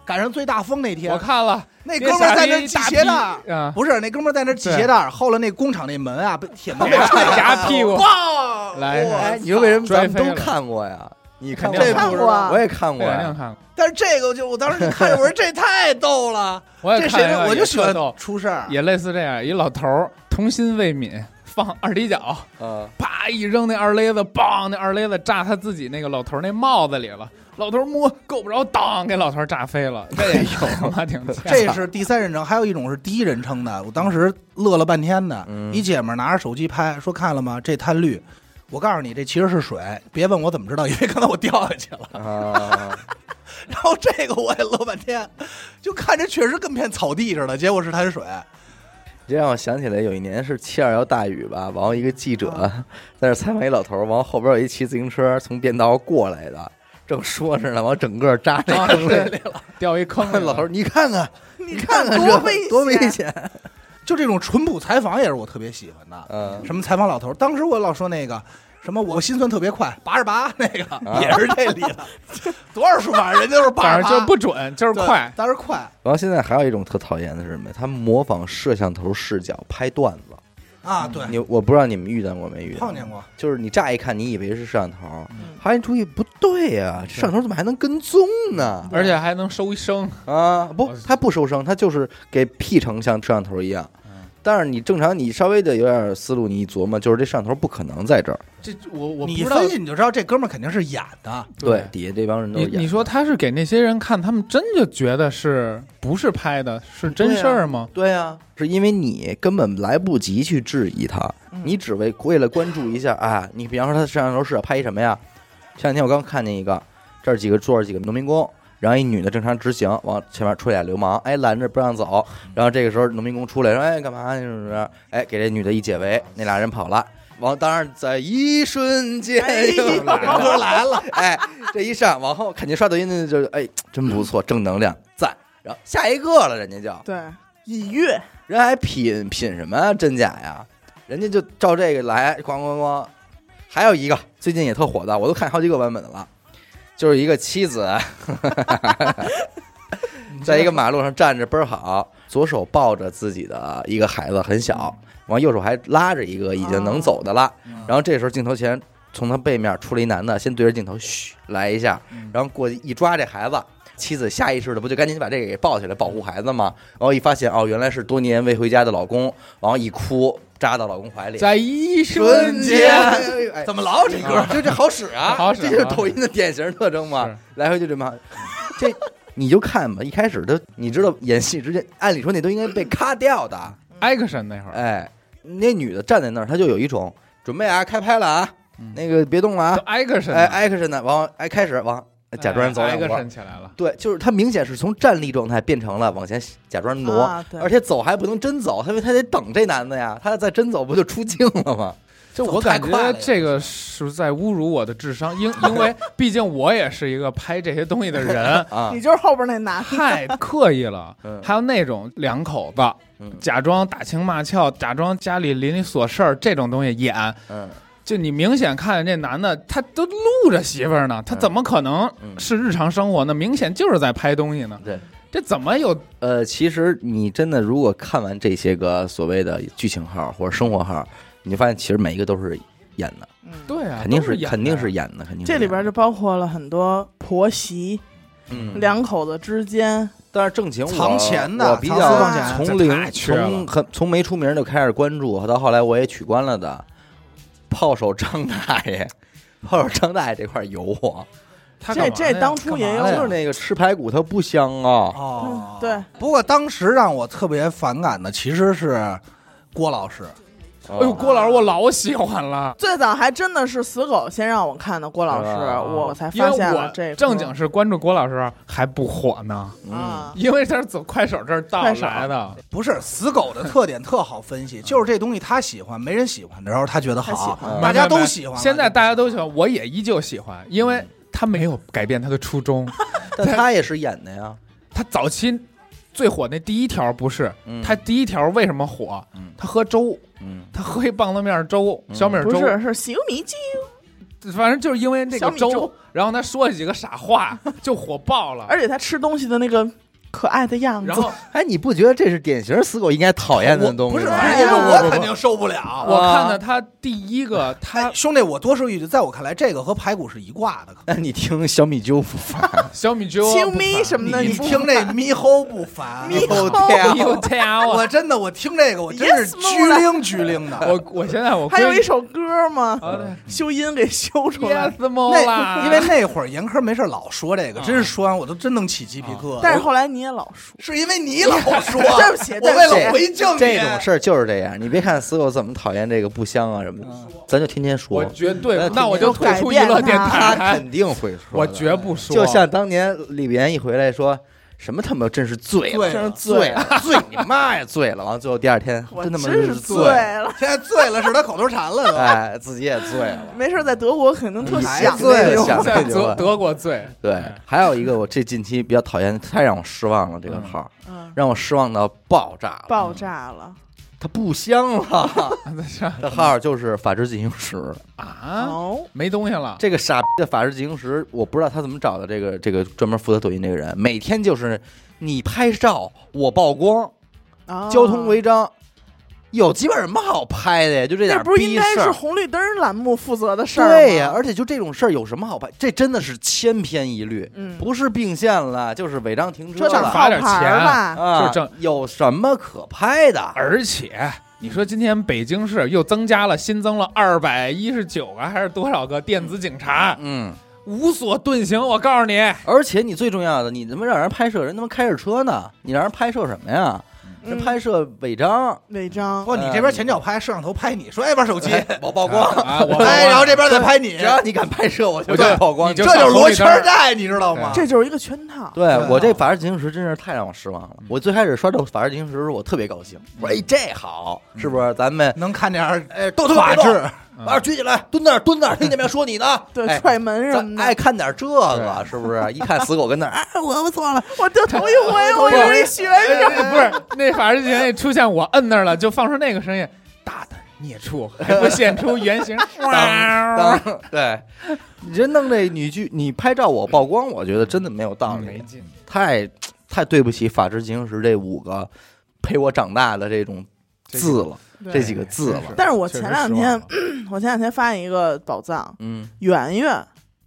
S2: 赶上最大风那
S4: 我
S2: 天，
S4: 看了，
S2: 那哥们儿在那
S4: 一
S2: 系
S4: 大
S2: 鞋带儿，
S4: 逼啊，
S2: 不是那哥们儿在那系鞋带儿，后来那工厂那门啊被铁门给踹开
S4: 哎夹屁股
S2: 哇
S4: 来
S2: 哇
S1: 哎，你说为什么咱
S4: 拽
S1: 们
S4: 飞
S1: 都
S4: 了
S1: 看过呀？你看
S4: 肯
S1: 过
S4: 定
S1: 吗
S3: 看过啊
S1: 我也看过
S4: 我肯定
S1: 呀。
S4: 看过，
S2: 但是这个就我当时就看着，我说这太逗 了，
S4: 我也
S2: 这谁
S4: 呃看了
S2: 呢？我就喜
S4: 也特
S2: 欢
S4: 逗
S2: 出事儿。
S4: 也类似这样，一老头儿童心未泯，放二踢脚，
S1: 嗯，
S4: 啪一扔那二勒子，梆，那二勒子炸他自己那个老头儿那帽子里了。老头儿摸够不着，当给老头儿炸飞了。这也有吗？挺 欠
S2: 哎这是第三人称，还有一种是第一人称的。我当时乐了半天的，
S1: 嗯
S2: 一姐们儿拿着手机拍，说看了吗？这滩绿，我告诉你，这其实是水。别问我怎么知道，因为刚才我掉下去了。
S1: 啊，
S2: 然后这个我也乐半天，就看着确实跟片草地似的，结果是滩水。
S1: 这让我想起来有一年是七二幺大雨吧，完后一个记者 在那采访一老头儿，完后边有一骑自行车从便道过来的，正说着呢，完整个扎那坑里了。
S4: 掉一坑里了。
S1: 老头儿，你看看，
S3: 你
S1: 看
S4: 哎
S1: 看
S3: 看多
S1: 这
S3: 危
S1: 多危
S3: 险！
S1: 险！
S2: 就这种淳朴采访也是我特别喜欢的。
S1: 嗯，
S2: 什么采访老头儿，当时我老说那个什么，我心算特别快，八十八那个、也是这里的，多少数码人家都是八
S4: 反
S2: 十八，
S4: 正就不准，就是
S2: 对
S4: 快。
S2: 当时快
S1: 完后现在还有一种特讨厌的是什么呀？他模仿摄像头视角拍段子。
S2: 啊，对，
S1: 你我不知道你们遇哎到过嗯没遇到？
S2: 碰见过。
S1: 就是你乍一看，你以为是摄像头，后来你注意不对呀、这摄像头怎么还能跟踪呢？
S4: 而且还能收一声，
S1: 啊，不
S4: 我，
S1: 它不收声，它就是给 P 成像摄像头一样。
S4: 嗯
S1: 但是你正常，你稍微的有点思路，你一琢磨，就是这摄像头不可能在这儿。
S4: 这我我不
S2: 你
S4: 知道
S2: 分。析你就知道这哥们儿肯定是演的，
S1: 对，，底下这帮人都
S4: 你
S1: 演的。
S4: 你说他是给那些人看，他们真就觉得是不是拍的，是真事儿吗？
S1: 对啊，是因为你根本来不及去质疑他，你只为为了关注一下啊。你比方说他摄像头是拍什么呀？前两天我刚看见一个，这儿几个坐着几个农民工，然后一女的正常执行，往前面出俩流氓，哎拦着不让走，然后这个时候农民工出来说，哎干嘛呀？是不是？哎给这女的一解围，那俩人跑了。完，当然在一瞬间
S3: 哎呦
S1: 又来了
S2: 哥来了，
S1: 哎，这一上往后肯定刷抖音的就是哎真不错，正能量赞。然后下一个了，人家就
S3: 对，隐喻
S1: 人还品品什么啊真假呀？人家就照这个来，咣咣咣。还有一个最近也特火的，我都看好几个版本了，就是一个妻子 在一个马路上站着倍儿好，左手抱着自己的一个孩子很小，完右手还拉着一个已经能走的了。然后这时候镜头前从他背面出来一男的，先对着镜头嘘来一下，然后过去一抓这孩子，妻子下意识的不就赶紧把这个给抱起来保护孩子吗？然后一发现哦，原来是多年未回家的老公，然后一哭扎到老公怀里，
S4: 在一
S1: 瞬
S4: 瞬
S1: 间
S4: 间，
S1: 哎
S2: 怎么老有这歌？
S1: 就这好使啊，
S4: 好使
S1: 这就是
S4: 好使
S1: 抖音的典型特征嘛
S4: 是，
S1: 来回就这么，这你就看吧，一开始他你知道演戏之前，按理说那都应该被咔掉的，
S4: action 那会儿
S1: 哎，那女的站在那儿，她就有一种准备啊，开拍了啊，那个别动了啊
S4: 就，action，
S1: 哎，action 呢，往哎开始往
S4: 哎
S1: 假装走两步。
S4: action 起来了，
S1: 对，就是她明显是从站立状态变成了往前假装挪，
S3: 啊对
S1: 而且走还不能真走，因为她得等这男的呀，她再真走不就出镜了吗？，
S4: 就
S2: 走
S4: 我
S2: 太快
S4: 感觉
S2: 了
S4: 这个是在侮辱我的智商，因因为毕竟我也是一个拍这些东西的人
S1: 啊
S3: 你，就是后边那男的，
S4: 太刻意了
S1: 嗯。
S4: 还有那种两口子
S1: 嗯
S4: 假装打情骂俏，假装家里邻里琐事儿这种东西演，
S1: 嗯，
S4: 就你明显看见这男的他都录着媳妇儿呢，他怎么可能
S1: 嗯
S4: 是日常生活呢？明显就是在拍东西呢，
S1: 对。
S4: 这怎么有
S1: 呃，其实你真的如果看完这些个所谓的剧情号或者生活号，你就发现其实每一个都是演的，
S3: 嗯，
S4: 对啊，
S1: 肯定
S4: 都是演的
S1: 肯定是演的，肯定是
S3: 这里
S1: 演的
S3: 边就包括了很多婆媳、
S1: 嗯，
S3: 两口子之间，
S1: 但是正经我
S2: 藏钱的
S1: 我比较
S2: 藏私
S3: 房钱
S1: 从
S4: 这
S1: 零
S4: 太缺了
S1: 从很从没出名就开始关注，到后来我也取关了的。炮手张大爷，炮手张大爷这块儿有我，
S4: 他干
S3: 这
S4: 嘛
S3: 这
S4: 呀
S3: 当初也
S2: 干
S3: 有
S2: 嘛呀
S1: 就是那个吃排骨它不香啊，
S2: 哦
S3: 嗯，对。
S2: 不过当时让我特别反感的其实是郭老师，
S1: 哎
S4: 哎呦，郭老师我老喜欢了。
S3: 最早还真的是死狗先让我看的郭老师，
S1: 是吧啊
S3: 我才
S4: 因为
S3: 发现
S4: 我
S3: 了这个
S4: 正经是关注郭老师还不火呢，
S1: 嗯，
S3: 啊，
S4: 因为他是走快手这儿到
S3: 快手
S4: 来的。
S2: 不是死狗的特点特好分析，就是这东西他喜欢，没人喜欢的时候他觉得
S3: 嗯他喜
S2: 好，
S3: 欢嗯
S2: 大家
S4: 没
S2: 都
S4: 没
S2: 喜欢了。
S4: 现在大家都喜欢，我也依旧喜欢，因为他没有改变他的 初衷。
S1: 但他也是演的呀，
S4: 他早期最火那第一条不是
S1: 嗯
S4: 他第一条为什么火
S1: 嗯？
S4: 他喝粥，
S1: 嗯，
S4: 他喝一棒子面粥、小米
S3: 嗯不
S4: 粥，
S3: 是是小米鸡，
S4: 反正就是因为那
S3: 小
S4: 个
S3: 米
S4: 粥，
S3: 粥
S4: 然后他说了几个傻 话就火爆了。
S3: 而且他吃东西的那个可爱的样子
S4: 然，后
S1: 哎，你不觉得这是典型死狗应该讨厌的东
S2: 不
S1: 西
S2: 是，
S1: 吗？
S3: 哎
S2: 因为
S3: 呀
S2: 我肯定受不了。
S4: 我看到他第一个，
S2: 啊哎
S4: 他，
S2: 兄弟，我多说一句，在我看来，这个和排骨是一挂的。
S1: 那你听小米灸不烦？
S4: 小米啊粥，
S3: 青咪什么的，
S2: 你
S3: 不
S2: 听这猕猴不烦？
S3: 猕猴
S4: 哎呦天啊！我
S2: 我真的，我听这个，我真是
S3: Yes,
S2: 巨灵巨灵的。
S4: 我我现在我
S3: 还有
S4: 闺
S3: 一首歌嘛，
S4: 啊对
S3: 修音给修出来。
S4: ，yes more 啦，
S2: 那因为那会儿严科没事老说这个，
S4: 啊
S2: 真是说完我都真能起鸡皮疙瘩。
S3: 但是后来你也老说，
S2: 是因为你老说，
S3: 对不起，
S2: 我
S3: 对
S2: 为
S3: 不
S2: 了
S3: 起，
S2: 回敬你，
S1: 这种事儿就是这样，你别看死狗怎么讨厌这个不香啊什么的，咱就天天
S4: 我
S1: 说，
S4: 绝对
S1: 那，
S4: 那我就退出娱乐 电
S1: 他
S4: 台，
S1: 肯定会说，
S4: 我绝不说，
S1: 就像当年李连一回来说什么他妈真是醉了，
S2: 对
S3: 真是
S2: 了，
S1: 醉了， 醉你妈呀，醉了！完了最后第二天
S3: 我
S1: 真他妈
S3: 真是
S1: 醉
S3: 醉，了。
S2: 现在醉了是他口头禅了都。
S1: 哎，自己也醉了。
S3: 没事，在德国肯 定特想
S2: 你还
S3: 这
S2: 醉
S3: 种
S1: 想
S4: 在
S1: 这句话
S4: 德德国醉，
S1: 对，还有一个我这近期比较讨厌，太让我失望了，这个号
S3: 嗯，
S1: 让我失望到爆炸了，
S3: 爆炸了。
S1: 它不香了。
S4: 那是
S1: 这号就是法制进行时，
S4: 啊，
S3: 哦，
S4: 没东西了，
S1: 这个傻逼的法制进行时，我不知道他怎么找的这个这个专门负责抖音这个人，每天就是你拍照我曝光，
S3: 啊
S1: 交通违章，有鸡巴有什么好拍的呀？就这点
S3: 那
S1: 儿
S3: 不是应
S1: 逼
S3: 该
S1: 事
S3: 是
S1: 儿。
S3: 红绿灯栏目负责的事儿吗
S1: 对呀、而且就这种事儿有什么好拍？这真的是千篇一律，
S3: 嗯
S1: 不是并线了，就是违章停车
S3: 车厂
S1: 了
S4: 罚
S3: 号
S4: 点
S3: 牌儿
S4: 钱
S3: 吧，
S1: 啊！
S4: 就正
S1: 有什么可拍的？
S4: 而且你说今天北京市又增加了，新增了二百一十九个还是多少个电子警察，
S1: 嗯，
S4: 无所遁形。我告诉你，
S1: 而且你最重要的，你他妈让人拍摄，人他妈开着车呢，你让人拍摄什么呀？人
S3: 嗯
S1: 拍啊摄违章，
S3: 违章
S2: 不，过你这边前脚拍，摄像头拍你说，哎，玩手机，
S1: 哎我曝
S4: 啊，啊我
S2: 哎，然后这边再拍你，
S1: 只要你敢拍摄，我
S4: 我
S1: 就
S4: 就
S1: 敢曝光
S4: 你
S1: 你。
S4: 就
S2: 这
S4: 上
S2: 就是
S4: 红
S2: 罗
S4: 绿
S2: 圈
S4: 灯儿
S2: 带，你知道吗？
S3: 这就是一个圈套。
S1: 对
S2: 对
S1: 我这
S2: 啊
S1: 法制进行时真是太让我失望了。我最开始刷到法制进行时的时候，我特别高兴，我说哎这好，是不是？咱们
S2: 能看点儿
S1: 哎都他妈别
S2: 法
S1: 动嗯
S2: 制，
S1: 把手举起来，蹲那儿蹲那儿，听见没有？说你 呢，
S3: 对，
S1: 哎
S3: 踹门什
S1: 咱
S3: 么
S1: 爱
S3: 的，
S1: 看点这个，是不是？一看死狗跟那儿， 哎，我我错了，
S3: 我就头一回，我有一学
S4: 哎
S3: 生，
S4: 不是那法制节那出现我摁那儿了，就放出那个声音，大胆孽畜，还不现出 原形。
S1: 当当，对， 你这弄这女剧，你拍照我曝光，我觉得真的嗯没有道
S4: 没
S1: 理，
S4: 劲，
S1: 太太对不起《法制进行时》这五个陪我长大的这种字了，这几个字了，
S3: 但是我前
S4: 确实
S3: 两
S4: 失望
S3: 天
S4: 了，
S1: 啊
S3: 我前两天发现一个宝藏，
S1: 嗯，
S3: 圆圆，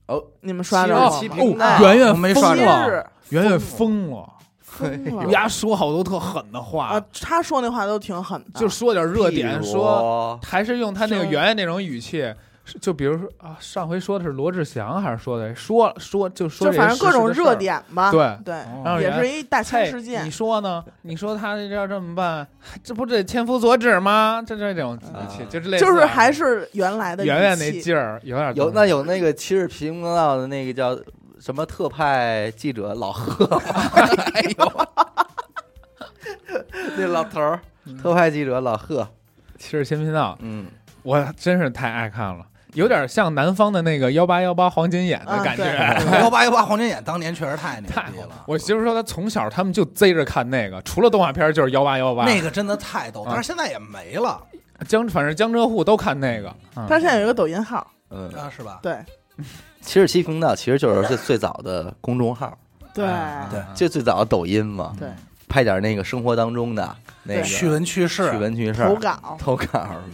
S1: 哦，
S3: 你们刷
S4: 七
S3: 着
S4: 哦
S3: 了
S1: 七
S3: 吗？哎
S1: 平
S4: 哦
S1: 淡，
S4: 圆圆
S2: 我没
S4: 疯
S2: 刷着
S4: 了，
S3: 日
S4: 圆圆疯了，
S3: 疯
S4: 人
S3: 了
S4: 家说好多特狠的话
S3: 啊，！他说那话都挺狠的，
S4: 就说点热点，
S1: 譬如
S4: 说 还是用他那个
S3: 是
S4: 原来那种语气，是就比如说啊，上回说的是罗志祥还是说的说说就说
S3: 就
S4: 这
S3: 反正
S4: 些
S3: 各种
S4: 实时的
S3: 热
S4: 事儿，
S3: 点啊吧，
S4: 对
S3: 对，
S4: 然后
S3: 也
S4: 人家
S3: 是一大千
S4: 嘿
S3: 啊世界
S4: 你。说呢？你说他这要这么办， 这不这千夫所指吗？这这种语气
S1: 啊
S4: 就是类似啊
S3: 就是还是原来的
S4: 圆圆那
S3: 语气
S4: 劲儿有点
S1: 有
S4: 东西
S1: 那有那个七日平公道的那个叫什么特派记者老贺，哎呦， 那老头儿，特派记者老贺，
S4: 七十千频道，
S1: 嗯，
S4: 我真是太爱看了，有点像南方的那个幺八幺八黄金眼的
S3: 啊
S4: 感觉。
S3: 对
S2: 幺八幺八黄金眼当年确实太牛
S4: 太
S2: 逼
S4: 好
S2: 了，
S4: 我媳妇说她从小他们就贼着看那个，除了动画片就是幺八幺八。
S2: 那个真的太逗，
S4: 啊
S2: 但是现在也没了，
S4: 江反正江浙沪都看那个，嗯
S3: 他现在有一个抖音号，
S1: 嗯，
S2: 啊，是吧？
S3: 对
S1: 七十七频道其实就是最最早的公众号，
S3: 对
S4: 啊
S2: 对
S1: 就最早的抖音嘛，
S3: 对，
S1: 拍点那个生活当中的那个
S3: 对
S2: 趣闻趣事
S1: 趣，闻趣事
S3: 投
S1: 儿，
S3: 稿
S1: 投稿，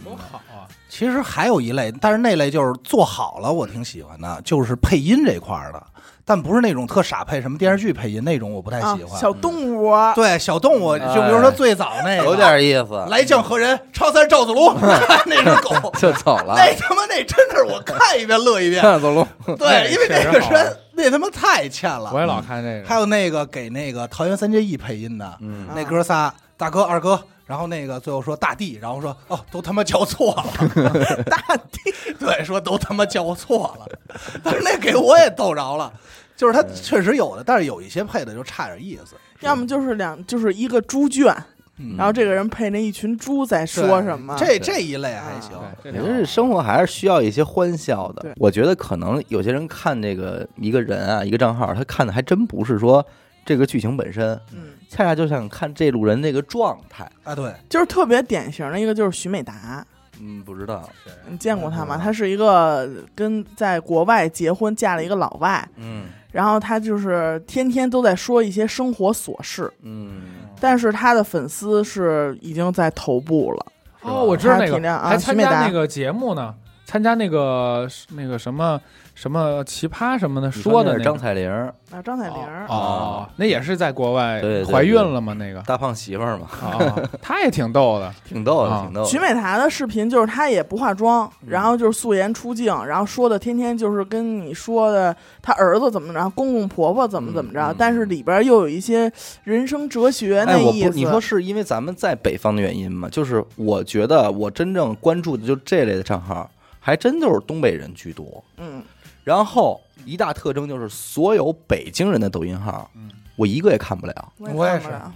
S4: 多好啊！吗？
S2: 其实还有一类，但是那类就是做好了，我挺喜欢的，就是配音这块儿的，但不是那种特傻配什么电视剧配音那种，我不太
S3: 啊
S2: 喜，欢。
S3: 小
S4: 嗯
S3: 动物，啊
S2: 对小动物，
S1: 哎
S2: 就比如说最早哎那个，
S1: 有点意思，
S2: 来将何人，超三赵子
S4: 嗯
S2: 龙 那只狗，
S1: 就走了，
S2: 那他妈那真是我看一遍乐一 遍，
S1: 看 走了，
S4: 那
S2: 对，因为
S4: 确
S2: 那
S4: 实
S2: 个
S4: 好啊
S2: 人那他妈太欠了。嗯
S4: 我也老看这
S2: 还
S4: 个。
S2: 有那个给那个桃园三结义配音的，
S1: 嗯
S2: 那哥仨大哥二哥，然后那个最后说大弟，然后说哦都他妈叫错了，
S3: 大地，
S2: 对，说都他妈叫错了，但是那给我也逗着了，就是他确实有的，但是有一些配的就差点意思，
S3: 要么就是两，就是一个猪圈，
S2: 嗯
S3: 然后这个人配那一群猪在说什么，
S2: 这这一类还行，
S4: 对，这
S1: 也
S4: 挺
S1: 是生活还是需要一些欢笑的
S3: 对。
S1: 我觉得可能有些人看这个一个人啊，一个账号，他看的还真不是说这个剧情本身，
S3: 嗯，
S1: 恰恰就想看这路人那个状态。
S2: 啊对，
S3: 就是特别典型的一个就是许美达，
S1: 嗯，不知道。
S3: 你见过
S4: 嗯
S3: 她吗？她是一个跟在国外结婚嫁了一个老外，
S1: 嗯
S3: 然后她就是天天都在说一些生活琐事，
S1: 嗯，
S3: 但是她的粉丝是已经在头部了，
S4: 哦，我知道那
S3: 还挺亮
S4: 个，
S3: 啊
S4: 还参
S3: 徐美
S4: 加
S3: 达
S4: 那个节目呢，参加那个那个什么什么奇葩什么的
S1: 你说的
S4: 的那
S1: 是
S4: 个
S1: 张彩玲儿
S3: 啊，张彩玲儿
S4: 哦哦，那也是在国外
S1: 对对对
S4: 怀孕了吗？那个
S1: 大胖媳妇儿嘛，
S4: 哦，她也挺逗的，
S1: 挺逗的，
S4: 啊
S1: 挺逗
S3: 许
S1: 的。
S3: 美达的视频就是她也不化妆，然后就是素颜出镜，然后说的天天就是跟你说的她儿子怎么着，公公婆婆怎么怎么着，
S1: 嗯嗯
S3: 但是里边又有一些人生哲学那
S1: 哎，我
S3: 意
S1: 不，
S3: 思。
S1: 你说是因为咱们在北方的原因吗？就是我觉得我真正关注的就这类的账号，还真就是东北人居多。
S3: 嗯，
S1: 然后一大特征就是所有北京人的抖音号，
S4: 嗯
S1: 我一个也看不了。
S2: 我也
S3: 看不
S2: 是
S3: 了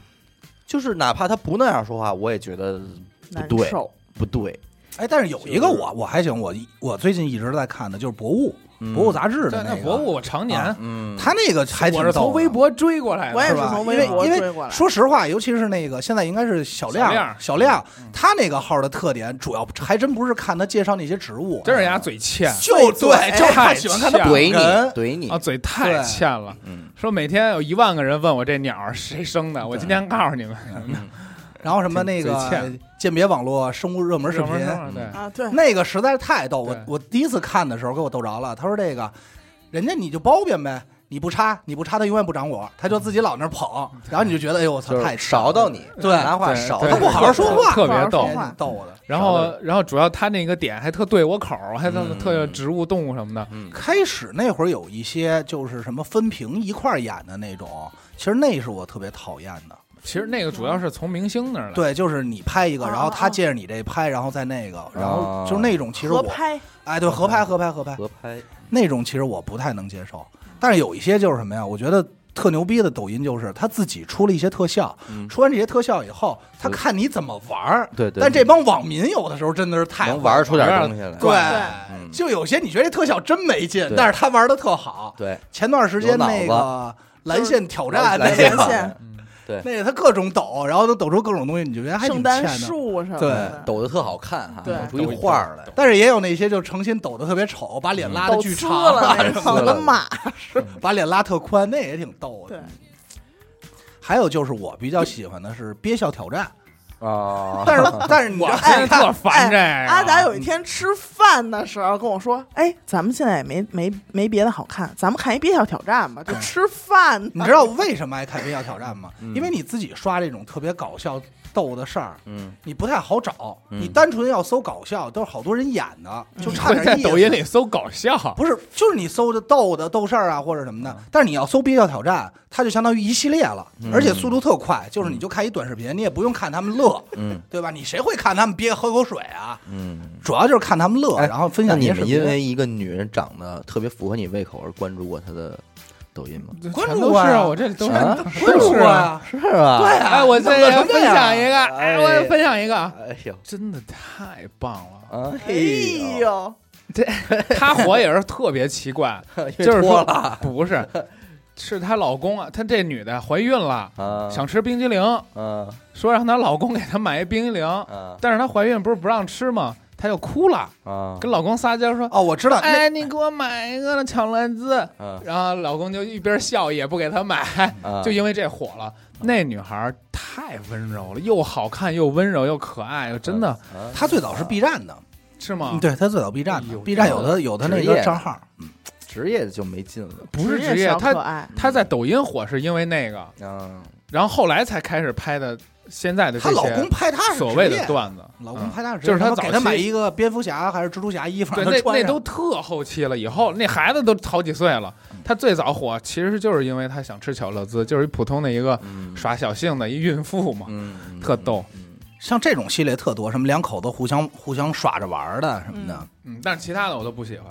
S1: 就是哪怕他不那样说话，我也觉得不
S3: 难
S1: 对，
S3: 受。
S1: 不对。
S2: 哎，但是有一个我我还行，我我最近一直在看的就是博物，
S1: 嗯
S2: 博物杂志
S4: 在
S2: 的
S4: 那
S2: 个
S4: 博，物我常年
S2: 啊
S1: 嗯，
S2: 他那个还挺
S4: 我是
S2: 逗
S4: 从
S2: 的
S4: 微。博追过来的，
S3: 我也
S2: 是
S3: 哎是
S2: 吧
S3: 从
S2: 因
S3: 微
S2: 为
S3: 博
S2: 因为
S3: 追过来，
S2: 说实话，尤其是那个现在应该是小亮，
S4: 小
S2: 小
S4: 亮嗯
S2: 他那个号的特点主要还真不是看他介绍那些植物，啊
S4: 真是人家嘴欠
S2: 就
S4: 嘴
S2: 对，就
S4: 太
S2: 他喜欢看他
S4: 欠
S2: 本
S1: 怼
S2: 人
S1: 你，怼你
S4: 啊，，嘴太
S2: 对
S4: 欠了。
S1: 嗯，
S4: 说每天有一万个人问我这鸟儿是谁生的，我今天告诉你们，
S2: 然后什么那
S4: 嘴
S2: 个
S4: 欠
S2: 鉴别网络生物热门视
S4: 什么
S2: 频
S4: 时，候对，
S3: 啊，对，
S2: 那个实在是太逗。我
S4: 对
S2: 我第一次看的时候给我逗着了，他说这个，人家你就包贬呗。你不插，你不插，他永远不长我，他就自己老那儿捧，然后你就觉得，哎呦，我操，
S1: 就是
S2: 太欠哎
S1: 勺到你，
S2: 对
S1: 拿话
S4: 对
S1: 勺
S4: 对
S1: 到你，
S2: 他不好好说话，
S4: 特
S3: 不
S4: 别
S3: 好
S4: 逗
S3: 好说。话
S2: 逗的。
S4: 然后，然后主要他那个点还特对我口儿，还特
S1: 嗯
S4: 特有植物、动物什么的。
S1: 嗯，
S2: 开始那会儿有一些就是什么分屏一块儿演的那种，其实那是我特别讨厌的。
S4: 其实那个主要是从明星那儿来，
S2: 对，就是你拍一个，
S3: 啊
S2: 然后他借着你这拍，然后再那个，然
S1: 啊
S2: 后就是那种其实
S3: 合
S2: 我
S3: 拍
S2: 哎对合拍合拍合拍
S1: 合拍，
S2: 那种其实我不太能接受。但是有一些就是什么呀？我觉得特牛逼的抖音就是他自己出了一些特效，
S1: 嗯，
S2: 出完这些特效以后，他
S1: 对
S2: 看你怎么玩儿。
S1: 对对，
S2: 但这
S1: 对
S2: 帮网民有的时候真的是太
S1: 能玩出点东西来，
S2: 对
S1: 嗯，
S2: 就有些你觉得这特效真没劲
S1: 对，
S2: 但是他玩的特好。
S1: 对，
S2: 前段时间那
S1: 有
S2: 个蓝线挑
S1: 蓝
S2: 战，
S1: 蓝
S2: 那
S1: 线
S2: 个
S3: 蓝线
S4: 嗯，
S2: 那个他各种抖，然后都抖出各种东西，你就觉得还
S3: 圣
S2: 挺欠
S3: 诞
S2: 的。
S3: 树什么
S2: 对
S3: 的，
S1: 抖的特好看哈，
S3: 对
S1: 抖出一画儿来，
S2: 但是也有那些就诚心抖的特别丑，把脸拉的
S3: 嗯抖
S2: 巨
S3: 呲
S2: 长，
S3: 了那
S1: 呲
S3: 种，我
S1: 了
S3: 的妈！
S2: 把脸拉特宽，那也挺逗
S3: 对
S2: 的。，还有就是我比较喜欢的是憋笑 挑战，
S1: 啊，
S2: 但是但是你
S4: 嗯我
S2: 知道
S4: 现在特烦这个。
S3: 哎阿达有一天吃饭的时候跟我说：“哎，咱们现在也没没没别的好看，咱们看一憋笑挑战吧，就吃饭呢。
S2: 你知道为什么爱看憋笑挑战吗？
S1: 嗯
S2: 因为你自己刷这种特别搞笑逗的事儿，
S1: 嗯，
S2: 你不太好找。
S1: 嗯
S2: 你单纯要搜搞笑，都是好多人演的，就差
S4: 会
S2: 点
S4: 在
S2: 意思
S4: 抖音里搜搞笑，
S2: 不是，就是你搜的逗的逗事儿啊，或者什么的。但是你要搜憋笑挑战，它就相当于一系列了，
S1: 嗯
S2: 而且速度特快，就是你就看一短视频，你也不用看他们乐，
S1: 嗯
S2: 对吧？你谁会看他们憋喝口水啊？
S1: 嗯。
S2: 主要就是看他们乐，
S1: 哎
S2: 然后 分
S1: 那
S2: 享
S1: 你
S2: 一些视
S1: 们
S2: 频
S1: 因为一个女人长得特别符合你胃口而关注过她的抖音吗？
S4: 全
S2: 关注
S4: 都
S2: 我
S4: 是
S2: 呀
S4: 我这里都是
S1: 啊
S2: 关注过
S4: 是
S2: 呀。
S1: 是啊，
S2: 对啊，
S4: 哎，我
S2: 弄
S4: 再
S2: 得成这
S4: 分
S2: 样
S4: 享一个，
S1: 哎
S4: 哎，我也分享一个，
S1: 哎呦，
S4: 真的太棒 了。
S1: 哎
S3: 哎
S1: 呦，
S3: 呦，
S4: 她火也是特别奇怪，就是说不是，是她老公啊，她这女的怀孕了，
S1: 啊，
S4: 想吃冰激凌，
S1: 嗯
S4: 说让她老公给她买一冰激凌，
S1: 啊
S4: 但是她怀孕不是不让吃吗？她就哭了，
S1: 啊，
S4: 跟老公撒娇说。
S2: 哦，我知道，那啊
S4: 哎，你给我买一个巧乐兹，
S1: 嗯
S4: 然后老公就一边笑也不给她买，
S1: 啊
S4: 就因为这火了。那女孩儿太温柔了，又好看又温柔又可爱，真的
S1: 啊
S2: 他最早是 B 站的，嗯
S4: 是
S3: 嗯
S4: 吗？
S2: 对他最早 B 站
S4: 啊哎
S2: 的
S4: 呦
S2: ，B 站有的有的那
S1: 职业
S4: 啊
S2: 个账号，
S1: 职业就没劲了。
S4: 不是职
S3: 业
S4: 业，
S3: 小可
S4: 他
S3: 爱，
S4: 他在抖音火是因为那个，
S1: 嗯，
S4: 然后后来才开始拍的现在的
S2: 她
S4: 这
S2: 老公
S4: 些
S2: 拍她是
S4: 所谓
S2: 职
S4: 的
S2: 业
S4: 段子。
S2: 老公
S4: 嗯
S2: 拍她是职
S4: 就
S2: 业
S4: 是她
S2: 他妈
S4: 早
S2: 给她
S4: 期
S2: 买一个蝙蝠侠还是蜘蛛侠衣服，
S4: 对，
S2: 让她
S4: 那
S2: 穿
S4: 那
S2: 上
S4: 都特后期了，以后那孩子都好几岁了。
S1: 嗯
S4: 他最早火其实就是因为他想吃巧乐兹，就是一普通的一个
S1: 嗯
S4: 耍小性的一孕妇嘛，
S1: 嗯，嗯
S4: 特逗。
S1: 嗯
S2: 像这种系列特多，什么两口子互相互相耍着玩儿的什么的。
S4: 嗯，但是其他的我都不喜欢。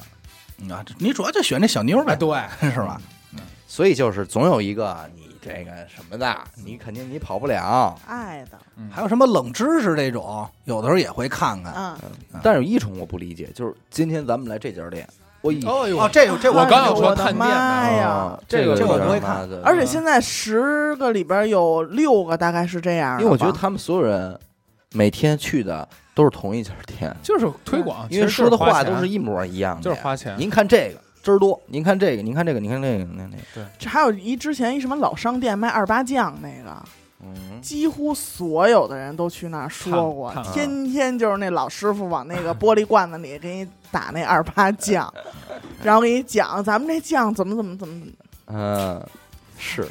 S2: 嗯啊，你主要就选这小妞儿呗，
S4: 哎，对，
S2: 是吧？
S1: 所以就是总有一个啊你这个什么的，
S4: 嗯
S1: 你肯定你跑不了。
S3: 爱的，
S2: 还有什么冷知识这种，有的时候也会看看。
S3: 嗯，
S1: 但是有一种我不理解，就是今天咱们来这家店，我以
S4: 哦呦
S2: 哦，这个这
S4: 我
S2: 我
S4: 刚要说
S3: 我的
S4: 探店呢
S3: 妈呀！
S1: 啊这个
S4: 这
S1: 有
S4: 个
S2: 我
S1: 点
S2: 不会
S1: 妈
S2: 看
S1: 的
S3: 而且现在十个里边有六个大概是这样的吧，
S1: 因为我觉得他们所有人每天去的都是同一家店，
S4: 就是推广，
S1: 因为
S4: 哦其实就
S1: 说的话
S4: 花钱
S1: 都是一模一样的，
S4: 就是花钱
S1: 您看这个汁儿多，您看这个，您看这个，您看这个，那那，
S3: 这还有一之前一什么老商店卖二八酱那个，
S1: 嗯，
S3: 几乎所有的人都去那儿说过
S4: 烫烫，啊
S3: 天天就是那老师傅往那个玻璃罐子里给你打那二八 酱，然后给你讲咱们这酱怎么怎么怎么，
S1: 嗯，是，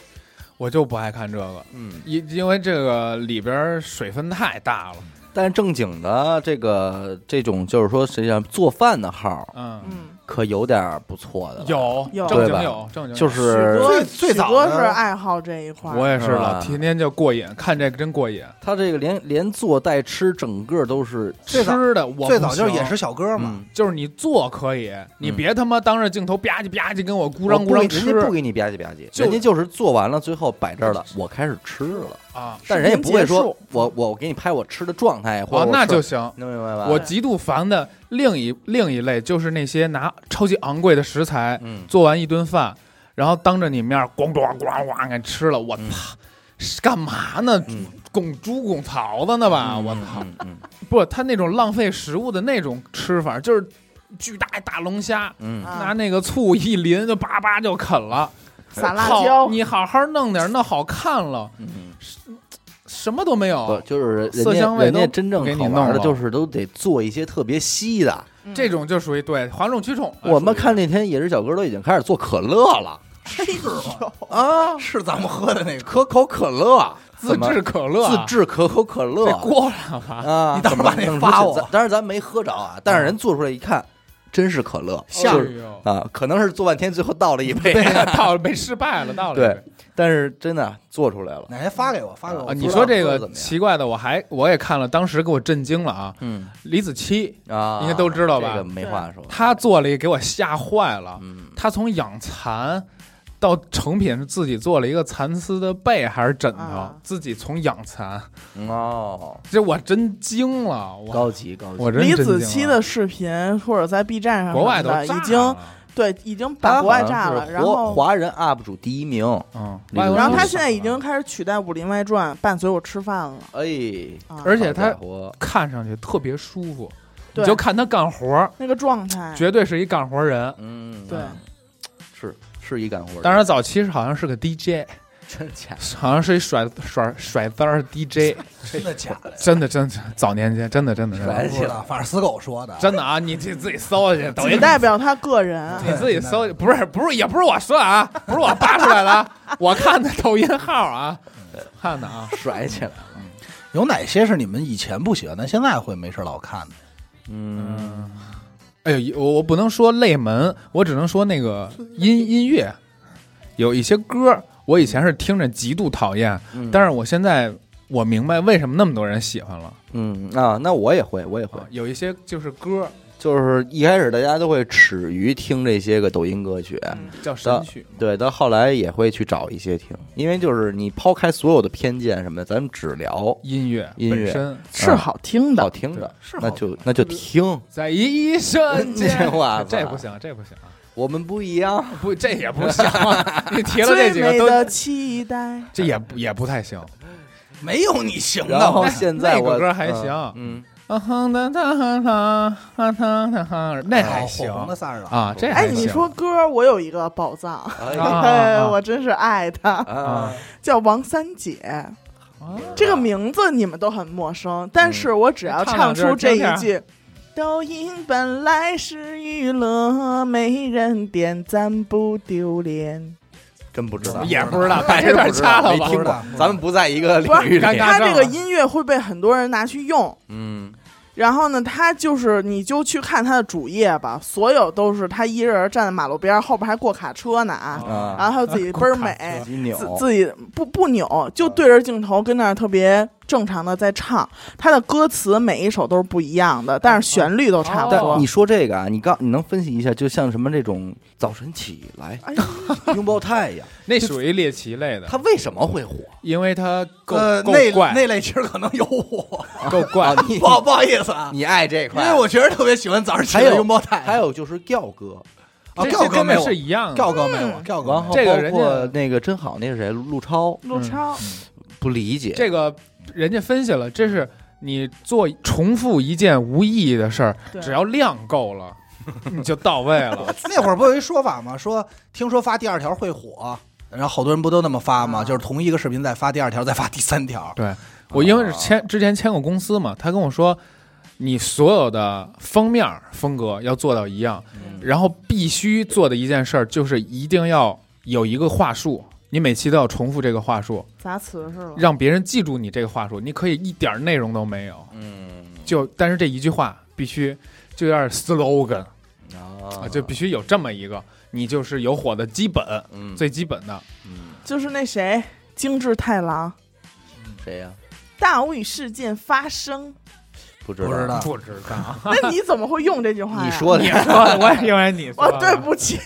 S4: 我就不爱看这个，
S1: 嗯，
S4: 因因为这个里边水分太大了。
S1: 但是正经的这个这种就是说，实际上做饭的号儿
S4: 嗯，
S3: 嗯，
S1: 可有点儿不错的了，
S4: 有
S3: 有
S4: 正
S1: 嗯对吧
S4: 经有正经有，
S1: 就
S3: 许
S1: 是
S3: 哥
S2: 最最早
S3: 许哥
S2: 的
S3: 是爱好这一块儿，
S4: 我也是
S1: 是吧
S4: 老天天就过瘾，看这个真过瘾。
S1: 他这个连连做带吃，整个都是
S2: 最早
S4: 吃的我
S2: 最
S4: 不
S2: 早就是
S4: 行
S2: 也是小哥嘛，
S1: 嗯
S4: 就是你做可以，你别他妈当着镜头吧唧吧唧跟我咕嚷咕
S1: 我
S4: 嚷
S1: 不给人家不
S4: 吃
S1: 给你吧唧吧唧，
S4: 就
S1: 人家就是做完了，最后摆这儿了，我开始吃了，
S4: 啊！
S1: 但人也不会
S3: 结
S1: 说
S3: 束
S1: 我我我给你拍我吃的状态，或
S4: 哦
S1: 者，我
S4: 那
S1: 吃
S4: 就行。
S1: 能明白吧？
S4: 我极度烦的另一另一类就是那些拿超级昂贵的食材
S1: 嗯，
S4: 做完一顿饭，然后当着你面儿咣咣咣咣给吃了，我
S1: 嗯
S4: 操！是干嘛呢
S1: 嗯？
S4: 拱猪拱槽子呢吧？啊我操！
S1: 嗯，嗯
S4: 不，他那种浪费食物的那种吃法，就是巨大一大龙虾，
S1: 嗯嗯，
S3: 啊
S4: 拿那个醋一淋就叭叭就啃了。
S3: 撒辣
S4: 好
S3: 椒，
S4: 你好好弄点儿，弄好看了，
S1: 嗯嗯
S4: 什么都没
S1: 不
S4: 有。
S3: 嗯
S1: 就是人
S4: 哦色
S1: 家
S4: 香味
S1: 人家
S4: 都
S1: 真
S4: 不给
S1: 正
S4: 你
S1: 好
S4: 弄
S1: 玩的，
S4: 了啊
S1: 就是都得做一些特别稀的。
S3: 嗯
S4: 这种就属于对哗众取宠了。
S1: 我们
S4: 属于
S1: 看那天也是小哥都已经开始做可乐了
S3: 哎
S4: 嗯
S1: 啊，
S2: 是咱们喝的那 个。
S1: 可口可乐，
S4: 自
S1: 怎么
S4: 制可乐啊，
S1: 自制可口可乐
S4: 这过了吧？
S1: 啊，
S2: 你到时候把那
S1: 怎么弄出
S2: 发
S1: 去
S2: 我
S1: 咱当然咱没喝着啊，但是人做出来一看，真是可乐，
S4: 下
S1: 就是 啊，可能是做半天最后倒了一杯，
S4: 到了被失败了，到了
S1: 对但是真的做出来 了。
S2: 哪天发给我，发给我。
S4: 啊！
S2: 我不
S4: 你
S2: 知
S4: 说
S2: 道
S4: 这
S1: 喝得
S4: 个
S1: 怎么样
S4: 奇怪的，我还我也看了，当时给我震惊了啊！
S1: 嗯
S4: 李子柒
S1: 啊，
S4: 应该都知道吧
S1: 这个没话说。
S4: 他做了一个给我吓坏了，
S1: 嗯
S4: 他从养蚕。到成品是自己做了一个蚕丝的被还是枕头，
S3: 啊
S4: 自己从养蚕，
S1: 哦，
S4: 这我真惊了，我
S1: 高级高级，
S4: 我真啊
S3: 李
S4: 真
S3: 子
S4: 惊
S3: 柒
S4: 了
S3: 的视频或者在 B 站上
S4: 国外
S3: 什
S4: 都
S3: 么的
S4: 炸
S3: 已经
S4: 了
S3: 对已经把
S1: 他
S3: 国
S1: 好
S3: 外
S1: 像
S3: 炸
S1: 是
S3: 了，然
S1: 国
S3: 后
S1: 华人 UP 主第一名，
S4: 嗯，
S1: 李子柒
S3: 然后他
S1: 都
S3: 现在已经开始取代《武林外传》伴随我吃饭了
S1: 哎，
S3: 啊，
S4: 而且他
S1: 好家伙
S4: 看上去特别舒服，你
S3: 对
S4: 就看他干活儿，
S3: 那个状态，
S4: 绝对是一干活人。
S1: 嗯，
S3: 对，
S1: 是是一干活人，
S4: 当然，早期是好像是个 DJ，
S1: 真假
S4: 好像是一甩甩甩单儿 DJ，
S2: 真的假的？
S4: 真的真的，早年间真的真的真
S1: 甩
S4: 的
S1: 来
S2: 不知道，反正死狗说的。
S4: 真的啊！你自自己搜去，抖
S3: 只
S4: 音
S3: 代表他个人。
S4: 你自己搜去，不是不是也不是我说的啊，不是我扒出来的，啊，我看的抖音号啊，看的啊，
S1: 甩起来了，
S2: 有哪些是你们以前不喜欢，但现在会没事老看的？
S1: 嗯，
S4: 哎呦，我我不能说类门，我只能说那个音音乐，有一些歌儿我以前是听着极度讨厌，
S1: 嗯
S4: 但是我现在我明白为什么那么多人喜欢了。
S1: 嗯啊，那我也会，我也会
S4: 啊，有一些就是歌儿
S1: 就是一开始大家都会耻于听这些个抖音歌曲，
S4: 叫神曲，
S1: 对，到后来也会去找一些听，因为就是你抛开所有的偏见什么的，咱们只聊
S4: 音乐
S1: 音乐
S4: 本身，
S3: 是好听的
S1: 好，听的，
S4: 是
S1: 那
S4: 好
S1: 就那就听，
S4: 在一瞬间，
S1: 哇塞
S4: 这不行，这不行啊，
S1: 我们不一样，
S4: 不，这也不行啊，你提了这
S3: 最
S4: 几个
S3: 美
S4: 都
S3: 的，期待。
S4: 这也不也不太行。
S2: 没有你行
S1: 然
S2: 的，
S1: 后
S2: 我
S1: 现在
S4: 那个
S1: 我
S4: 歌还
S1: 嗯
S4: 行
S1: 嗯，
S4: 啊哼哒哒哈哈哈哈哈哈，那还行
S2: 哎火红的散了。
S4: 啊，这还
S3: 哎，
S4: 行
S3: 你说歌，我有一个宝藏，
S4: 啊
S1: 哎
S3: 哎，我真是爱他，
S1: 啊，
S3: 叫王三姐。
S4: 啊
S3: 这个名字你们都很陌生，但是我只要
S4: 嗯唱
S3: 唱
S4: 两句
S3: 出这
S4: 听啊
S3: 一
S4: 听
S3: 句，抖音本来是娱乐，没人点赞不丢脸。
S1: 真不知道，
S4: 也不知道，把
S1: 真
S4: 这
S1: 不
S4: 段
S1: 知
S4: 掐
S1: 道，
S4: 了
S1: 没听
S2: 不
S4: 吧。
S1: 过
S2: 知道不知，道
S1: 咱们不在一个领
S3: 不
S1: 域
S3: 是，
S4: 尴
S1: 里。
S4: 尬
S3: 他这
S4: 症
S3: 个
S4: 了
S3: 音乐会被很多人拿去用，
S1: 嗯，
S3: 然后呢，他就是你就去看他的主页吧，所有都是他一人站在马路边儿，后边还过卡车呢啊，
S1: 啊
S3: 然后还有自己倍儿
S4: 过卡
S3: 美，
S1: 鸡扭
S3: 自自己不不扭，就对着镜头跟那儿特别正常的在唱。他的歌词每一首都是不一样的，但是旋律都差不
S4: 哦
S1: 但
S3: 多
S1: 你。说这个啊，你刚你能分析一下，就像什么这种早晨起来
S3: 哎呀，
S1: 拥抱太 阳，
S4: 那属于猎奇类的，
S1: 它为什么会火？
S4: 因为它够
S2: 呃，
S4: 够
S2: 那
S4: 怪，
S2: 那类其实可能有我，
S4: 够怪
S1: 啊。你
S2: 不好不好意思啊，
S1: 你爱这
S2: 因
S1: 块
S2: 为我确实特别喜欢早上起
S1: 还
S2: 来
S1: 有
S2: 拥抱太阳，
S1: 还有就是调哥，
S2: 啊
S4: 这
S2: 告
S4: 这
S2: 哥
S4: 根
S2: 没
S4: 本
S2: 有，
S4: 是一样的。
S2: 告哥没有，告哥
S1: 然后
S2: 没有
S1: 包
S4: 这个人家
S1: 括那个真好，那是谁？陆超
S3: 陆超，
S1: 不理解，
S4: 这个人家分析了，这是你做重复一件无意义的事儿，
S3: 对
S4: 嗯只要量够了，你就到位 了。
S2: 那会儿不有一说法吗？说听说发第二条会火，然后好多人不都那么发吗？
S3: 啊
S2: 就是同一个视频再发第二条，再发第三条。
S4: 对我因为是签之前签过公司嘛，他跟我说，你所有的封面风格要做到一样，然后必须做的一件事儿就是一定要有一个话术，你每期都要重复这个话术，
S3: 砸词是吧？
S4: 让别人记住你这个话术。你可以一点儿内容都没有，
S1: 嗯
S4: 就但是这一句话必须就有点 slogan
S1: 啊
S4: 啊，就必须有这么一个，你就是有火的基本
S1: 嗯
S4: 最基本的。
S1: 嗯
S3: 就是那谁，精致太郎，
S1: 谁呀？
S3: 大雾事件发生，
S1: 不知
S2: 不知道，
S4: 不知道，
S3: 那你怎么会用这句话呀？
S1: 你 说
S4: 你
S1: 的
S4: 说我也以为你说
S3: 哦，
S4: 的，
S3: 对不起，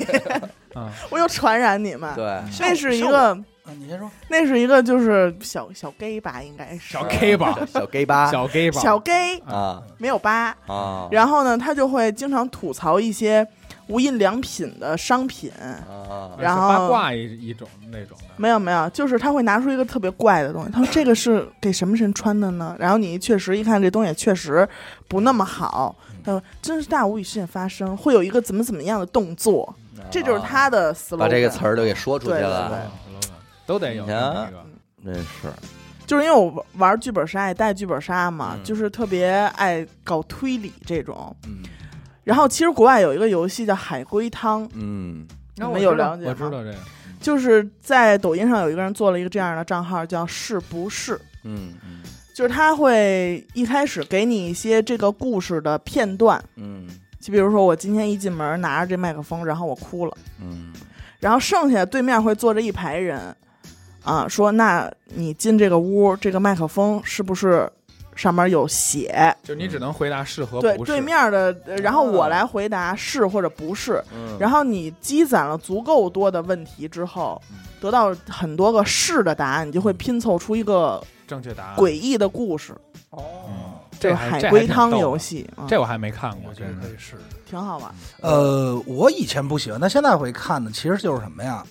S4: 嗯
S3: 我又传染你
S4: 哎
S3: 们。
S1: 对，
S3: 那是一个，
S2: 啊你先说，
S3: 那是一个，就是小小 gay 吧，应该是
S4: 小 K 吧，
S1: 小 gay 吧
S4: 小嗯 K 吧，
S3: 小 gay
S1: 啊
S3: 没有吧？
S1: 啊，
S3: 然后呢，他就会经常吐槽一些无印良品的商品。
S1: 啊
S3: 然后
S4: 八卦一一种那种的，
S3: 没有没有，就是他会拿出一个特别怪的东西，他说这个是给什么人穿的呢？然后你确实一看这东西也确实不那么好，
S1: 嗯
S3: 他说真是大无语事件发生，会有一个怎么怎么样的动作，这就是他的 slogan。
S1: 哦把这个词儿都给说出去
S3: 对对
S1: 了，
S4: 都得有
S1: 你看
S4: 那个。
S1: 真是
S3: 就是因为我玩剧本杀也带剧本杀嘛，
S1: 嗯
S3: 就是特别爱搞推理这种。
S1: 嗯
S3: 然后其实国外有一个游戏叫海龟汤，
S1: 嗯
S3: 你
S4: 那
S3: 们
S4: 我
S3: 有
S4: 知道
S3: 了解
S4: 我
S3: 吗
S4: 知道这个，
S3: 就是在抖音上有一个人做了一个这样的账号，叫是不是？
S1: 嗯嗯
S3: 就是他会一开始给你一些这个故事的片段，
S1: 嗯
S3: 就比如说我今天一进门拿着这麦克风，然后我哭了，
S1: 嗯
S3: 然后剩下对面会坐着一排人，啊，说那你进这个屋，这个麦克风是不是上面有血？
S4: 就你只能回答是和
S3: 对
S4: 不是。
S3: 对面的，呃然后我来回答是或者不是。
S1: 嗯，
S3: 然后你积攒了足够多的问题之后，
S4: 嗯
S3: 得到很多个是的答案，你就会拼凑出一个
S4: 正确答案。
S3: 诡异的故事，
S4: 嗯，
S3: 就是
S4: 啊这还
S3: 海龟汤，
S4: 这还挺逗
S3: 游
S4: 的
S3: 戏啊，
S4: 这我还嗯没看过，
S2: 我
S4: 真
S2: 觉得
S4: 的。
S2: 以试。
S3: 挺好玩。
S2: 呃，我以前不喜欢，但现在会看的其实就是什么呀？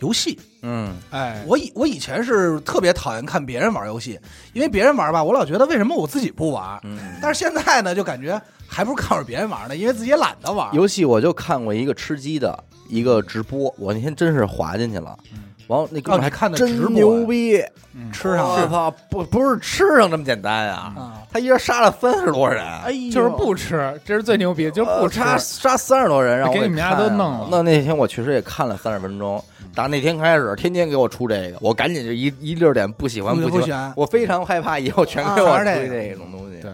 S2: 游戏。
S1: 嗯
S4: 哎，
S2: 我以我以前是特别讨厌看别人玩游戏，因为别人玩吧，我老觉得为什么我自己不玩？
S1: 嗯，
S2: 但是现在呢，就感觉还不如看会儿别人玩呢，因为自己也懒得玩。
S1: 游戏我就看过一个吃鸡的一个直播，我那天真是滑进去了，完了那哥们儿
S2: 哦你
S1: 还
S2: 看的直播
S1: 真
S2: 呀
S1: 牛逼，
S2: 吃上了嗯
S1: 我操，不不是吃上这么简单啊，他一人杀了三十多人，
S3: 哎呦，
S4: 就是不吃，这是最牛逼，就是不
S1: 呃
S4: 吃。
S1: 杀杀三十多人，让我
S4: 给你们
S1: 看
S4: 家都
S1: 啊
S4: 弄了
S1: 那那天我确实也看了三十分钟，打那天开始，天天给我出这个，我赶紧就一一溜点不喜欢
S2: 不
S1: 不
S2: 不喜欢
S1: 我非常害怕以后全给
S3: 啊
S1: 我
S2: 全
S1: 推
S2: 是这
S1: 这种东西。
S4: 对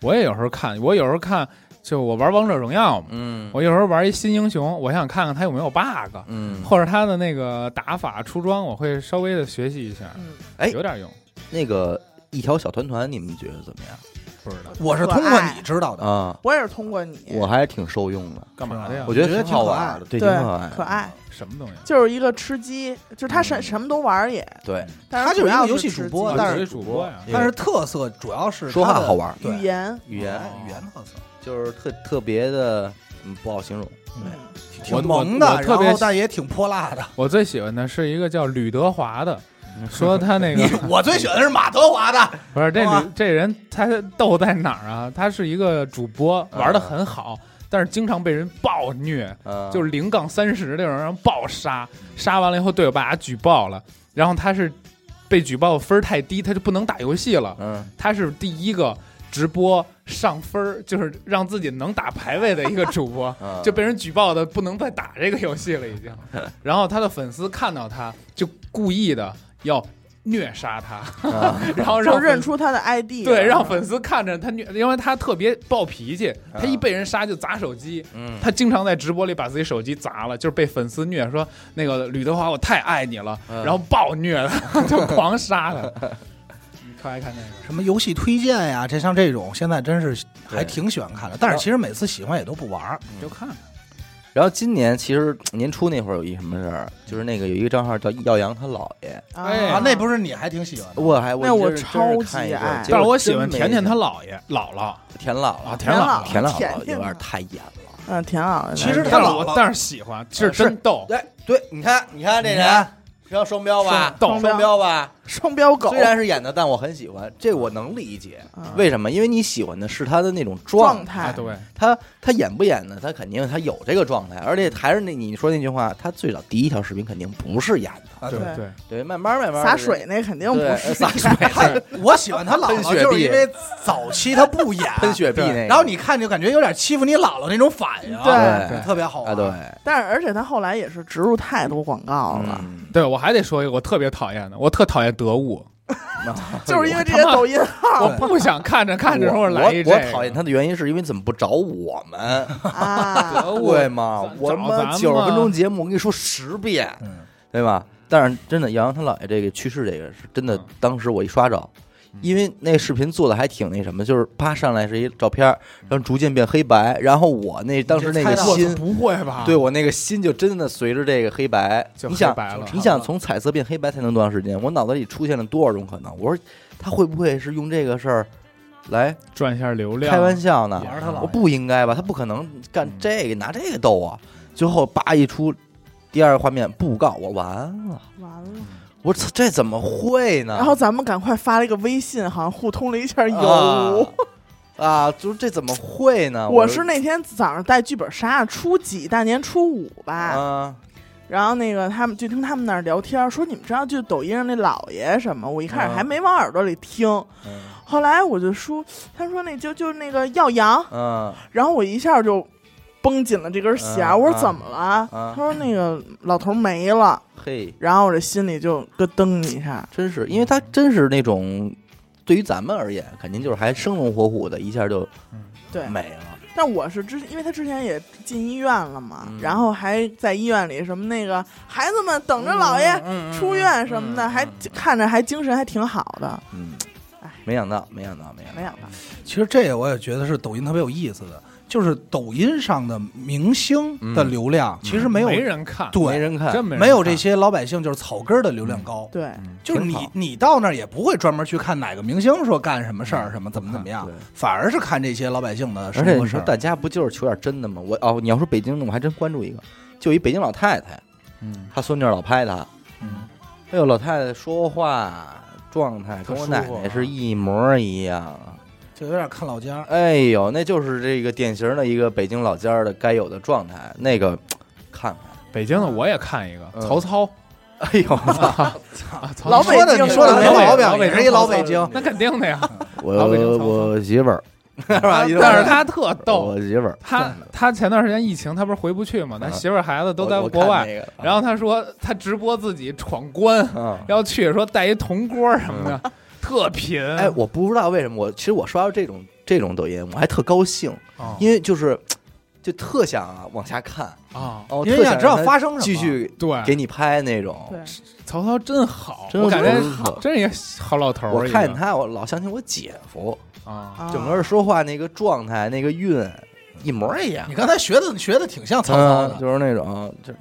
S4: 我也有时候看，我有时候看，就我玩王者荣耀嘛，
S1: 嗯
S4: 我有时候玩一新英雄，我想看看他有没有 bug，
S1: 嗯，
S4: 或者他的那个打法出装，我会稍微的学习一下，
S3: 嗯，
S1: 哎
S4: 有点用。
S1: 那个一条小团团，你们觉得怎么样
S4: 不知道
S2: 我是通过你知道的，
S1: 啊？
S3: 我也是通过你，
S1: 我还是挺受用的，
S4: 干嘛的呀
S1: 啊我？觉
S2: 我觉
S1: 得
S2: 得
S1: 挺好
S2: 挺可
S1: 玩
S2: 爱
S1: 的，对，挺
S3: 对
S1: 可爱，
S3: 可爱，
S4: 什么东西？
S3: 就是一个吃鸡，就是他
S4: 嗯
S3: 什什么都玩儿也，
S1: 对，
S3: 但
S2: 他就是
S3: 主
S2: 一个
S3: 要
S2: 游戏
S3: 吃
S2: 主播
S3: 鸡
S2: 但
S4: 啊
S2: 是
S4: 作为主播呀，
S2: 但是特色主要是
S1: 说话
S2: 它的
S1: 好玩，
S2: 对
S3: 语言，
S1: 语言
S4: 哦
S2: 语言特色，
S1: 就是特特别的，嗯，不好形容。
S4: 我
S2: 挺萌的
S4: 我，我特别
S2: 然后但也挺泼辣的。
S4: 我最喜欢的是一个叫吕德 华的，说他那个
S2: 我最喜欢的是马德华的，
S4: 不是这
S2: 哇
S4: 吕这人他逗在哪儿啊？他是一个主播，玩的很好，但是经常被人暴虐，
S1: 嗯，
S4: 就是零杠三十这种人暴杀，杀完了以后队友把他举报了，然后他是被举报分儿太低，他就不能打游戏了。
S1: 嗯，
S4: 他是第一个直播上分儿，就是让自己能打排位的一个主播
S1: 嗯
S4: 就被人举报的不能再打这个游戏了已经。然后他的粉丝看到他就故意的要虐杀他，
S1: 啊
S4: 然后让
S3: 就
S4: 粉
S3: 认出他的 ID，
S4: 对让粉丝看着他虐，因为他特别暴脾气，他一被人杀就砸手机，
S1: 嗯
S4: 他经常在直播里把自己手机砸了，就是被粉丝虐，说那个吕德华我太爱你了，
S1: 嗯
S4: 然后暴虐他，就狂杀他。你特爱看那个，
S2: 什么游戏推荐呀，这像这种现在真是还挺喜欢看的，但是其实每次喜欢也都不玩儿。
S4: 你就看看。
S1: 然后今年其实年初那会儿有一什么事儿，就是那个有一个账号叫耀阳他姥爷，
S4: 哎
S2: 啊，那不是你还挺喜欢 的？
S1: 我还
S3: 那我
S1: 真是
S3: 超
S1: 真是
S3: 级
S1: 看一阵
S3: 爱
S1: 结果
S4: 但是我喜欢
S1: 真没
S4: 甜甜她
S1: 劲
S4: 姥爷姥姥
S1: 田姥姥，
S4: 田姥
S3: 姥
S1: 田姥
S3: 甜
S1: 姥有
S3: 甜
S1: 点
S3: 的
S1: 太演了。
S3: 嗯，挺好的。
S2: 其实
S4: 但
S2: 她
S4: 是
S2: 姥姥
S4: 我但是喜欢，是真逗，
S1: 对对，你看你看这人，要双标吧，
S4: 双
S3: 标
S1: 双标吧。
S3: 双标狗
S1: 虽然是演的，但我很喜欢，这我能理解
S3: 嗯。
S1: 为什么？因为你喜欢的是他的那种状
S3: 状
S1: 态，
S4: 啊
S3: 态，
S4: 对，
S1: 他他演不演呢？他肯定他有这个状态，而且还是那你说那句话，他最早第一条视频肯定不是演的，
S2: 啊，
S3: 对
S4: 对，
S1: 对，慢慢慢慢
S3: 洒水那肯定
S1: 对
S3: 不
S1: 呃
S3: 是
S1: 洒水
S2: 我喜 欢他姥
S1: 喷
S2: 姥，
S1: 雪
S2: 就是
S1: 碧
S2: 因为早期他不演，
S1: 喷雪碧那个，
S2: 然后你看就感觉有点欺负你姥姥那种反应，啊
S3: 对
S1: 对
S2: 特别好
S1: 啊
S2: 玩。
S1: 对，
S3: 但是而且他后来也是植入太多广告了，
S1: 嗯
S4: 对我还得说一个我特别讨厌的，我特讨厌得物，
S3: 就是因为这些抖 音号
S4: 我不想看着看着后
S1: 我
S4: 来一
S1: 我
S4: 这
S1: 我
S4: 个
S1: 讨厌他的原因是因为怎么不找我们？
S3: 啊，
S4: 得物
S1: 对吗？
S4: 找
S1: 我
S4: 找
S1: 们
S4: 咱
S1: 九十
S4: 嘛
S1: 分钟节目，我跟你说十遍，
S2: 嗯
S1: 对吧？但是真的，杨洋他姥爷这个去世，这个是真的
S4: 嗯。
S1: 当时我一刷着，因为那视频做的还挺那什么，就是啪上来是一照片，
S4: 嗯
S1: 然后逐渐变黑白，然后我那当时那
S2: 猜
S1: 个
S2: 到了
S1: 心，
S4: 不会吧？
S1: 对我那个心就真的随着这个黑白，
S4: 就
S1: 你想
S4: 黑白了
S1: 你想从彩色变黑白才能多长时间？我脑子里出现了多少种可能？我说他会不会是用这个事儿来
S4: 赚一下流量，
S1: 开玩笑呢？
S2: 玩他姥
S1: 我
S2: 爷，
S1: 不应该吧？他不可能
S3: 嗯
S1: 干这个，拿这个逗啊！最后叭一出，第二个画面布告，我完了，
S3: 完了。
S1: 我操，这怎么会呢？
S3: 然后咱们赶快发了一个微信，好像互通了一下有。
S1: 啊啊，就是这怎么会呢？
S3: 我
S1: 说
S3: 是那天早上带剧本杀，初几大年初五吧，
S1: 啊，
S3: 然后那个他们就听他们那儿聊天，说你们知道就抖音上那老爷什么？我一开
S1: 嗯
S3: 始还没往耳朵里听，
S1: 嗯
S3: 后来我就说，他说那就就那个耀阳，
S1: 嗯
S3: 然后我一下就绷紧了这根弦，
S1: 嗯
S3: 我说
S1: 嗯
S3: 怎么了？
S1: 嗯
S3: 他说那个老头没了，
S1: 嘿，
S3: 然后我这心里就咯噔一下，
S1: 真是，因为他真是那种，对于咱们而言，肯定就是还生龙活虎的，一下就
S3: 对。
S1: 没了。
S3: 但我是之，因为他之前也进医院了嘛，
S1: 嗯
S3: 然后还在医院里什么那个孩子们等着姥爷出院什么的，还看着还精神还挺好的，
S1: 嗯
S3: 哎，
S1: 没想到，没想到，没想
S3: 没
S1: 到，
S3: 想到，
S2: 其实这个我也觉得是抖音特别有意思的，就是抖音上的明星
S1: 嗯
S2: 的流量其实没有
S4: 嗯没人看，
S1: 没
S2: 对，
S1: 人看，
S4: 真没人看
S2: 没有这。些老百姓就是草根儿的流量高。
S3: 对。
S2: 就是
S1: 挺
S2: 你
S1: 好，
S2: 你到那儿也不会专门去看哪个明星说干什么事儿，什么怎么怎么样
S1: 对，
S2: 反而是看这些老百姓的
S1: 而
S2: 生
S1: 且
S2: 活
S1: 你
S2: 事
S1: 说
S2: 儿。
S1: 大家不就是求点真的吗？我哦，你要说北京的，我还真关注一个，就一北京老太太，
S4: 嗯，
S1: 她孙女儿老拍她，
S4: 嗯，
S1: 哎呦，老太太说话状态跟我
S4: 特
S1: 奶
S4: 舒服
S1: 奶
S4: 啊
S1: 是一模一样，
S2: 就有点看老家儿，
S1: 哎呦，那就是这个典型的一个北京老家儿的该有的状态。那个，看看，
S4: 北京的我也看一个
S1: 嗯
S4: 曹操
S1: 哎呦，我操
S4: 啊，曹
S3: 老
S4: 操
S2: 你说
S3: 北
S2: 的
S3: 京
S2: 你说的没
S4: 老北
S2: 毛
S4: 老
S2: 病，
S4: 北
S2: 也
S4: 京
S2: 是一老
S4: 曹操
S2: 北京。
S4: 那肯定 的呀，老北京
S1: 我
S4: 曹操
S1: 我媳妇儿，是吧？
S4: 但是他特逗
S1: 我，媳妇儿
S4: 他他前段时间疫情，他不是回不去嘛，他
S1: 啊
S4: 媳妇儿孩子都在
S1: 我我
S4: 国
S1: 看
S4: 外，
S1: 那个
S4: 然后他说他直播自己闯关
S1: 嗯，
S4: 要去，说带一铜锅什么的， 特贫，
S1: 哎，我不知道为什么，我其实我刷到这种这种抖音，我还特高兴，
S4: 哦
S1: 因为就是就特想啊往下看，
S4: 啊，
S1: 哦，
S2: 因为
S1: 特
S2: 想知
S1: 让
S2: 道
S1: 它
S2: 发生什么，
S1: 继续
S4: 对，
S1: 给你拍那种，
S3: 对，
S4: 曹操真好，
S1: 真
S4: 哎我感觉
S1: 不错
S4: 真是一个好老头儿一个，
S1: 我看见他，我老想起我姐夫，
S4: 啊，
S3: 啊
S1: 整个说话那个状态、那个韵一模一样
S2: 你。刚才学的学的挺像曹操
S1: 嗯，
S2: 的，
S1: 就是那种，就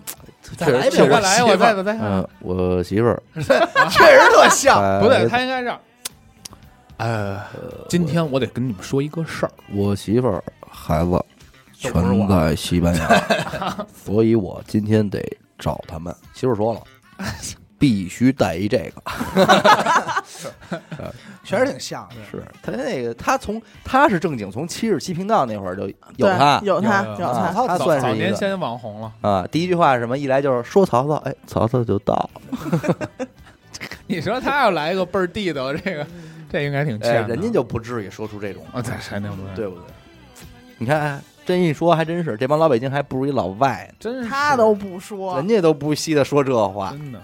S2: 再来一
S1: 确实
S2: 遍，
S4: 再来，我再
S2: 再
S4: 再看，
S1: 嗯，我媳妇儿
S2: 确实特像。
S1: 呃
S4: 不对，他应该让。呃，今天我得跟你们说一个事儿，
S1: 我媳妇儿孩子全
S2: 都不是我
S1: 在西班牙， 所以我今天得找他们。媳妇儿 说了，必须带一这个。
S2: 确实挺像的。
S1: 是他那个，他从他是正经从七十七频道那会儿就有
S3: 对
S1: 他
S3: 有他
S4: 有有
S3: 有
S1: 啊
S2: 曹
S3: 他，
S2: 操
S1: 他
S2: 早
S1: 算
S4: 早
S1: 是一
S4: 年
S1: 个
S4: 先网红了。
S1: 啊。第一句话是什么？一来就是说曹操，哎，曹操就到了。
S4: 你说他要来一个倍儿地道，这个 这应该挺欠
S1: 哎，
S4: 的
S1: 人家就不至于说出这种，
S4: 啊，在山顶不
S1: 对不对？你看，真一说还真是，这帮老北京还不如一老外呢，
S4: 真是
S3: 他都不说
S1: 人，家都不稀得说这话。
S4: 真的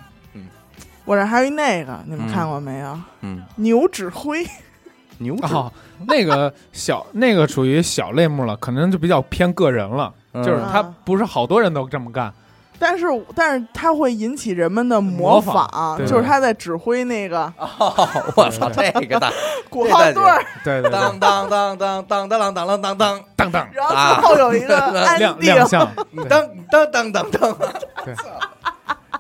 S3: 我这还有一那个，你们
S1: 嗯
S3: 看过没有？
S1: 嗯，
S3: 牛指挥，
S1: 牛指
S4: 哦，那个小那个属于小类目了，可能就比较偏个人了，
S1: 嗯
S4: 就是他
S3: 嗯
S4: 不是好多人都这么干，
S3: 但是但是他会引起人们的模
S4: 模仿对
S3: 就是他在指挥那个
S1: 哦， 我操，这个大
S3: 鼓号队儿，
S4: 对对对，
S1: 当当当当当当当当当当
S4: 当当
S3: 然后最后有一个安
S4: 亮
S3: 定
S4: 亮，相，对
S1: 当当当当当，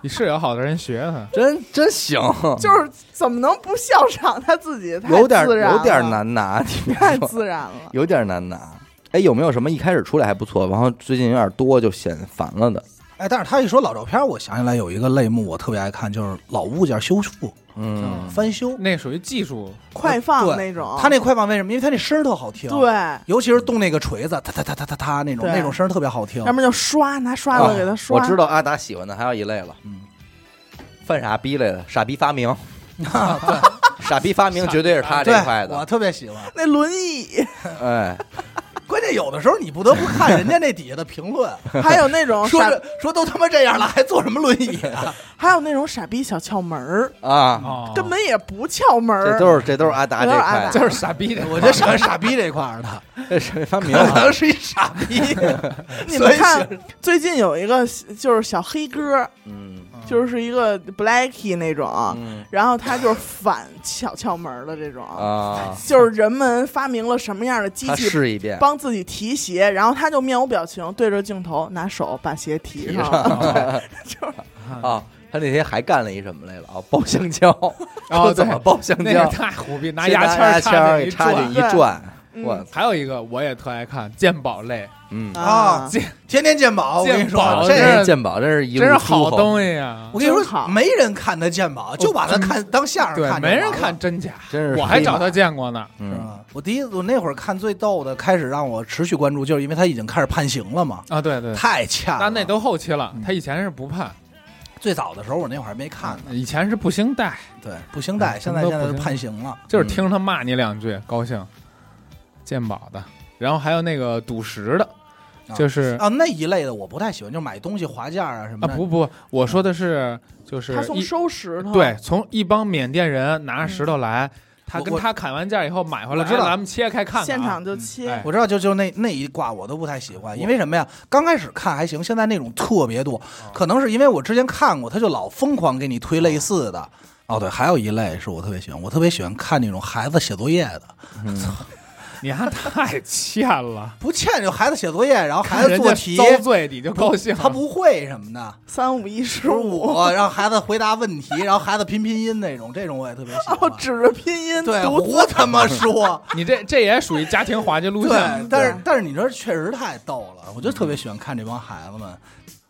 S4: 你是有好多人学他，
S1: 真真行，
S3: 就是怎么能不笑场？他自己太
S1: 有点
S3: 自然了
S1: 有点，难拿，你别
S3: 太
S1: 说，
S3: 自然了。
S1: 有点难拿。哎，有没有什么一开始出来还不错，然后最近有点多就显烦了的？
S2: 哎，但是他一说老照片，我想起来有一个类目我特别爱看，就是老物件修复、
S1: 嗯，
S2: 翻修。
S4: 那属于技术，
S3: 快放
S2: 对
S3: 那种，
S2: 他那快板为什么？因为他那声儿特好听，，
S3: 对，
S2: 尤其是动那个锤子，哒哒哒哒哒哒那种，
S3: 对
S2: 那种声儿特别好听
S3: 要。么就刷，拿刷啊子给他刷。
S1: 啊我知道阿达喜欢的还有一类了，
S2: 嗯
S1: 犯傻逼类的，傻逼发 明，傻逼发明绝对是他这
S2: 对
S1: 块，
S2: 我
S1: 的。
S2: 特别喜欢。
S3: 那轮椅，
S1: 哎，
S2: 关键有的时候你不得不看人家那底下的评论，
S3: 还有那
S4: 哦
S3: 种
S2: 说
S3: 傻，
S2: 这说都他妈这样了，还坐什么轮椅啊？
S3: 还有那种傻逼小窍门儿，
S1: 啊，
S4: 哦，
S3: 根本也不窍门
S1: 这
S3: 儿，
S1: 都是这都是阿达这块的，
S3: 都
S4: 就是傻逼的，
S2: 我就喜欢傻逼这一块儿的，
S1: 这 傻逼发
S2: 可
S1: 明啊
S2: 能是一傻逼。
S3: 你
S2: 所
S3: 们
S2: 以
S3: 看，最近有一个就是小黑哥，
S1: 嗯
S3: 就是一个 Blacky 那种，
S1: 嗯
S3: 然后他就是反小窍门儿的这种，
S1: 啊，
S3: 就是人们发明了什么样的机
S1: 他
S3: 器
S1: 试一遍，
S3: 帮自己提鞋，然后他就面无表情对着镜头拿手把鞋提上了， 就是
S1: 啊，他那天还干了一什么来了啊？ 包香蕉，
S4: 哦
S1: 说怎么
S4: 对
S1: 包香
S4: 那
S1: 蕉
S4: 个？太胡逼，拿
S1: 先
S4: 牙
S1: 拿牙签
S4: 签
S1: 儿
S4: 儿
S1: 给
S4: 插
S1: 插
S4: 进
S1: 进一
S4: 去一
S3: 转
S1: 转，
S3: 嗯
S1: 我
S4: 还有一个我也特爱看鉴宝类，
S1: 嗯，
S2: 啊天天鉴宝，我跟你
S4: 鉴宝
S2: 说，
S4: 真
S2: 这
S4: 是
S1: 这鉴宝真是一路
S4: 真是好
S1: 诸侯
S4: 东，西啊呀！
S2: 我跟你
S3: 真好
S2: 说，没人看他鉴宝，就把他看当相声
S4: 嗯对，
S2: 看，
S4: 没人看。真假，
S1: 真是
S4: 我还
S1: 黑马
S4: 找他见过呢。
S2: 是
S1: 嗯，
S2: 吧？我第一我那会儿看最逗的，开始让我持续关注，就是因为他已经开始判刑了嘛，
S4: 啊，对对，
S2: 太欠了。
S4: 但那都后期了
S2: 嗯，
S4: 他以前是不判，
S2: 最早的时候，我那会儿还没看呢。
S4: 以前是不兴带，
S2: 对，不兴带，
S4: 嗯
S2: 现在
S4: 什
S2: 现在
S4: 么都不
S2: 就
S4: 兴
S2: 判刑了。
S4: 就是听他骂你两句高兴。鉴宝的，然后还有那个赌石的，
S2: 啊
S4: 就是
S2: 啊，那一类的我不太喜欢，就买东西划价啊什么
S4: 啊
S2: 的。
S4: 不不，我说的是就是
S3: 他从
S4: 一
S3: 收拾头
S4: 对，从一帮缅甸人拿着石头来，
S2: 嗯
S4: 他
S2: 我
S4: 跟
S2: 我
S4: 他砍完价以后买回来，
S2: 我知道
S4: 哎咱们切开看看啊，
S3: 现场就
S4: 嗯
S3: 切
S4: 哎，
S2: 我知道，就就那那一挂我都不太喜欢，因为什么呀？刚开始看还行，现在那种特别多，可能是因为我之前看过，他就老疯狂给你推类似的。哦，对，还有一类是我特别喜欢，我特别喜欢看那种孩子写作业的，
S4: 你还太 欠了，
S2: 不欠就孩子写作业，然后孩子
S4: 人
S2: 做
S4: 家
S2: 题，
S4: 遭罪你就高兴，
S2: 他不会什么的，
S3: 三五一十
S2: 就是
S3: 五，
S2: 我让孩子回答问题，然后孩子拼拼音那种，这种我也特别喜欢。
S3: 哦，指着拼音
S2: 对，
S3: 读
S2: 胡他妈 说。
S4: 你这这也属于家庭滑稽路
S2: 对
S4: 线，，
S2: 但是但是你这确实太逗了，我就特别喜欢看这帮孩子们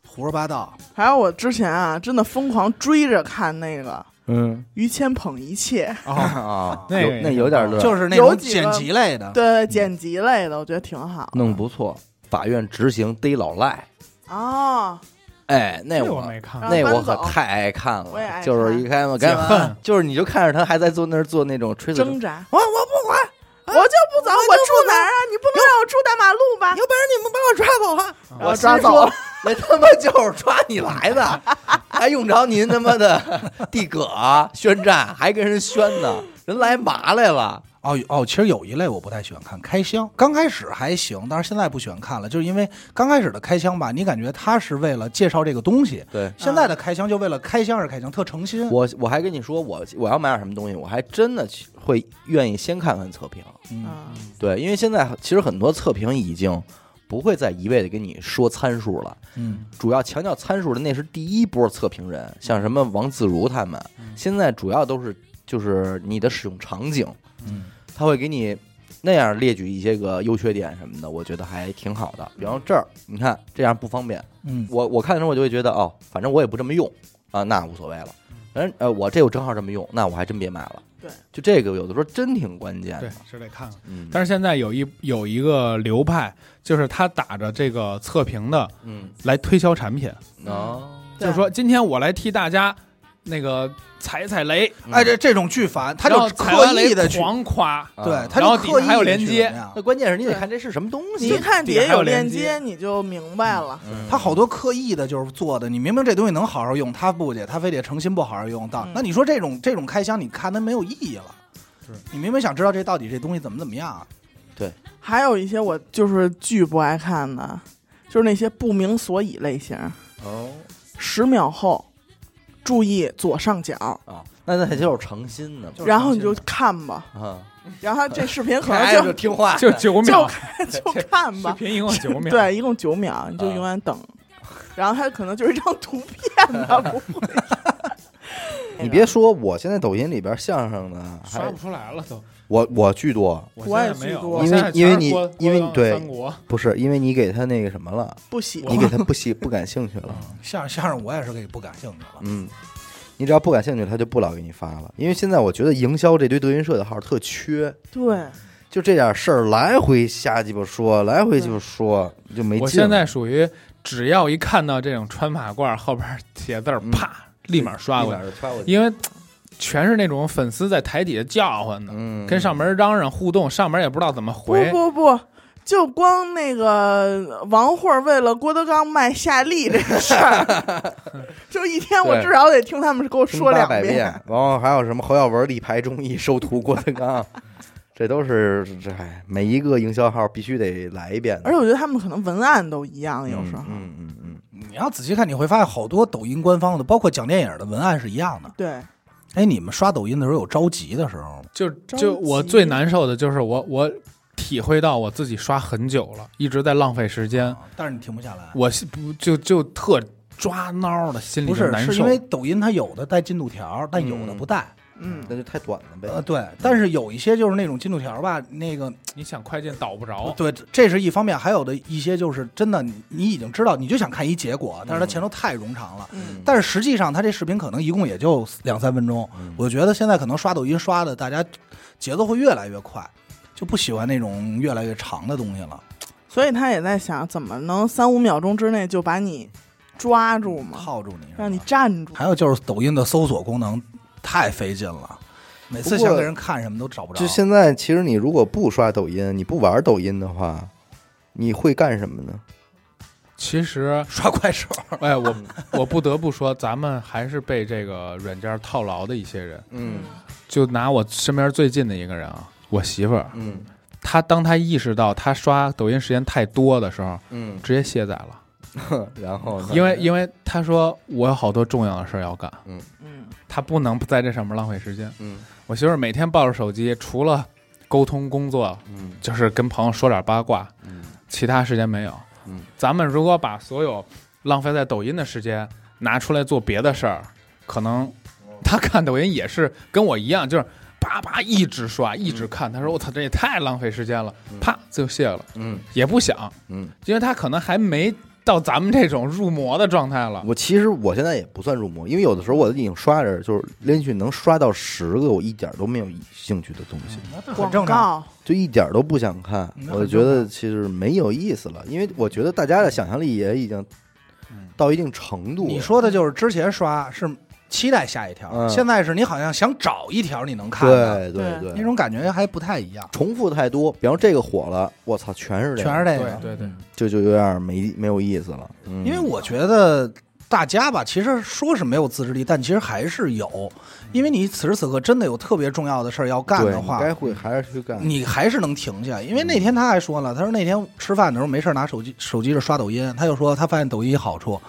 S2: 胡说八道。
S3: 还有我之前啊，真的疯狂追着看那个
S1: 嗯
S3: 于谦捧一切，
S4: 哦，
S1: 啊，
S4: 那
S1: 有
S4: 个
S1: 那有点乐，
S2: 就是是那
S3: 有
S2: 种
S3: 几
S2: 剪
S3: 个
S2: 辑类的。
S3: 对剪辑类的，我觉得挺好的。
S1: 弄不错。法院执行逮老赖，
S3: 哦，
S1: 哎，那
S4: 这
S1: 我
S4: 我没看
S3: 让
S1: 那我
S3: 啊搬
S1: 可
S3: 走
S1: 太爱看了，
S3: 我也爱看
S1: 就是一开门，赶紧
S4: 恨
S1: 就是你就看着他还在坐那儿做那种吹嘴，
S3: 挣扎，
S2: 我我不管，
S3: 我就不走，我住哪儿啊？你不能让我住大马路吧？
S2: 有本事你们把我抓走了。
S1: 啊
S3: 然后抓走 了，
S1: 那他妈就是抓你来的，还用着您他妈的地葛啊宣战，还跟人宣呢，人来嘛来了？
S2: 哦哦，其实有一类我不太喜欢看开箱，刚开始还行，但是现在不喜欢看了，就是因为刚开始的开箱吧，你感觉他是为了介绍这个东西，
S1: 对
S2: 现
S4: 嗯
S2: 在的开箱就为了开箱而开箱，特诚心。
S1: 我我还跟你说，我我要买点什么东西，我还真的去会愿意先看看测评。
S2: 嗯，
S3: 嗯
S1: 对，因为现在其实很多测评已经不会再一味的跟你说参数了，
S2: 嗯，
S1: 主要强调参数的那是第一波测评
S3: 嗯
S1: 人，像什么王自如他们，现在主要都是就是你的使用场景，
S2: 嗯，
S1: 他会给你那样列举一些个优缺点什么的，我觉得还挺好的。比方这儿，你看这样不方便，
S2: 嗯，
S1: 我我看的时候我就会觉得哦，反正我也不这么用啊，那无所谓了。反正呃，我这我正好这么用，那我还真别买了。
S3: 嗯对，
S1: 就这个有的时候真挺关键
S4: 对
S1: 的。，
S4: 是得看看。
S1: 嗯
S4: 但是现在有一有一个流派，就是他打着这个测评的
S1: 嗯
S4: 来推销产品，
S1: 哦，
S3: 对
S4: 就是说今天我来替大家那个踩踩雷，
S2: 哎，这这种巨烦，他
S4: 嗯然
S2: 就
S4: 后踩
S2: 刻
S4: 完雷
S2: 意的去，
S4: 狂夸，
S1: 嗯啊
S2: 对，他
S4: 然
S2: 就
S4: 后底
S2: 刻
S4: 下
S2: 意
S4: 还有
S2: 地
S4: 连
S2: 去
S4: 接
S2: 怎么样
S1: 那关键是你得看这是什么东
S3: 你
S1: 西
S3: 一，看底
S4: 底
S3: 下
S4: 下还有
S3: 有
S4: 链
S3: 链
S4: 接嗯
S3: 接，你就明白了。
S1: 嗯
S2: 他好多刻意的就是做的，你明明这东西能好好用，他不去，他非得诚心不好好用到。
S3: 嗯
S2: 那你说这种这种开箱，你看它没有意义了
S4: 是。
S2: 你明明想知道这到底这东西怎么怎么样，啊
S3: 还有一些我就是巨不爱看的，就是那些不明所以类型。
S1: 哦
S3: 十秒后，注意左上角，
S1: 啊，那那就是诚心的嘛
S2: 就是
S3: 然后你就
S2: 诚心
S3: 看 吧。
S1: 啊，
S3: 然后这视频可能
S1: 还
S3: 就是
S1: 听
S2: 哎
S1: 话，
S4: 就九秒，
S3: 就看
S4: 视
S3: 吧，
S4: 频一共 九秒，，嗯
S3: 对，一共九秒，你就永远等。然后它可能就是一张图片吧，不 会。
S1: 你别说，我现在抖音里边相声的，还
S4: 刷不出来了都。
S1: 我我居多，
S4: 我现在没有
S1: 也
S3: 我
S4: 我
S1: 是
S4: 现在
S1: 因为
S4: 全是
S1: 因为
S4: 郭
S1: 你因为你
S4: 郭德纲
S1: 对
S4: 三国
S1: 不是因为你给他那个什么了，
S3: 不喜
S1: 你给他不喜不感兴趣了，
S2: 相相声我也是给不感兴趣了。
S1: 嗯，你只要不感兴趣，他就不老给你发了。因为现在我觉得营销这堆德云社的号特缺，
S3: 对，
S1: 就这点事儿来回瞎鸡巴说，来回鸡巴说就没劲。
S4: 我现在属于只要一看到这种穿马褂后边写字儿，
S1: 嗯
S4: 啪，立马刷过去，
S1: 去，刷过去，
S4: 因为全是那种粉丝在台底下叫唤的，
S1: 嗯，
S4: 跟上门嚷嚷互动，上门也不知道怎么
S3: 不
S4: 回。
S3: 不不，就光那个王慧儿为了郭德纲卖夏利这个事儿， 就一天我
S1: 对
S3: 至少得听他们给我
S1: 听
S3: 说两
S1: 800遍，然后还有什么侯耀文力排众议收徒郭德纲，这都是这哎每一个营销号必须得来一遍的。
S3: 而且我觉得他们可能文案都一样，有时候。
S1: 嗯嗯嗯
S2: 你要仔细看，你会发现好多抖音官方的，包括讲电影的文案是一样的。
S3: 对，
S2: 哎，你们刷抖音的时候有着急的时候吗？
S4: 就
S3: 着
S4: 就
S3: 急
S4: 我最难受的就是我我体会到我自己刷很久了，一直在浪费时间，
S2: 啊但是你停不下来。
S4: 我是不就就特抓挠的，心里
S2: 不，
S4: 就是难
S2: 是因
S4: 受。
S2: 为抖音它有的带进度条，但有的不带。
S3: 嗯
S1: 嗯，，那就太短了呗。
S2: 呃，对，但是有一些就是那种进度条吧，那个
S4: 你想快进倒不着，
S2: 对，这是一方面，还有的一些就是真的，你你已经知道，你就想看一结果，但是它
S4: 嗯
S2: 前头太冗长了。
S3: 嗯
S2: 但是实际上，它这视频可能一共也就两三分钟。
S1: 嗯
S2: 我觉得现在可能刷抖音刷的，大家节奏会越来越快，就不喜欢那种越来越长的东西了。
S3: 所以他也在想怎么能三五秒钟之内就把你抓住嘛，
S2: 套住你，
S3: 让你。站住。
S2: 还有就是抖音的搜索功能太费劲了，每次
S1: 不过
S2: 想给人看什么都找不着
S1: 就。现在，其实你如果不刷抖音，你不玩抖音的话，你会干什么呢？
S4: 其实
S2: 刷快手，
S4: 哎，我我不得不说，咱们还是被这个软件套牢的一些人。
S1: 嗯
S4: 就拿我身边最近的一个人啊，我媳妇儿，
S1: 嗯
S4: 她当她意识到她刷抖音时间太多的时候，
S1: 嗯，
S4: 直接卸载了，
S1: 然后呢
S4: 因为因为她说我有好多重要的事儿要干，
S3: 嗯，
S4: 她不能在这上面浪费时间。
S1: 嗯
S4: 我媳妇儿每天抱着手机，除了沟通工作，
S1: 嗯
S4: 就是跟朋友说点八卦，
S1: 嗯
S4: 其他时间没有。
S1: 嗯，
S4: 咱们如果把所有浪费在抖音的时间拿出来做别的事儿，可能他看抖音也是跟我一样，就是叭叭一直
S1: 嗯
S4: 刷，一直看。他说：“我操，这也太浪费时间了。”啪，就卸了，
S1: 嗯
S4: 也不想，
S1: 嗯，
S4: 因为他可能还没到咱们这种入魔的状态了。
S1: 我其实我现在也不算入魔，因为有的时候我已经刷着，就是连续能刷到十个，我一点都没有兴趣的东西，
S2: 很
S3: 广
S2: 正常。
S3: 告
S1: 就一点都不想看。
S2: 那嗯很
S1: 我觉得其实没有意思了，因为我觉得大家的想象力也已经
S2: 嗯
S1: 到一定程度了。
S2: 你说的就是之前刷是期待下一条，
S1: 嗯
S2: 现在是你好像想找一条你能看的，
S1: 对对
S3: 对
S1: 对
S2: 那，种感觉还不太一样，
S1: 重复太多，比方这个火了，我操，全是这个，
S2: 全是这
S4: 对
S2: 个。
S4: 对对，
S1: 就就有点没没有意思了。嗯
S2: 因为我觉得大家吧，其实说是没有自制力，但其实还是有，因为你此时此刻真的有特别重要的事儿要干
S1: 对
S2: 的话
S1: 你，该会还是去干。
S2: 你还是能停下。因为那天他还说了，他说那天吃饭的时候没事儿拿手机手机就刷抖音，他就说他发现抖音好处，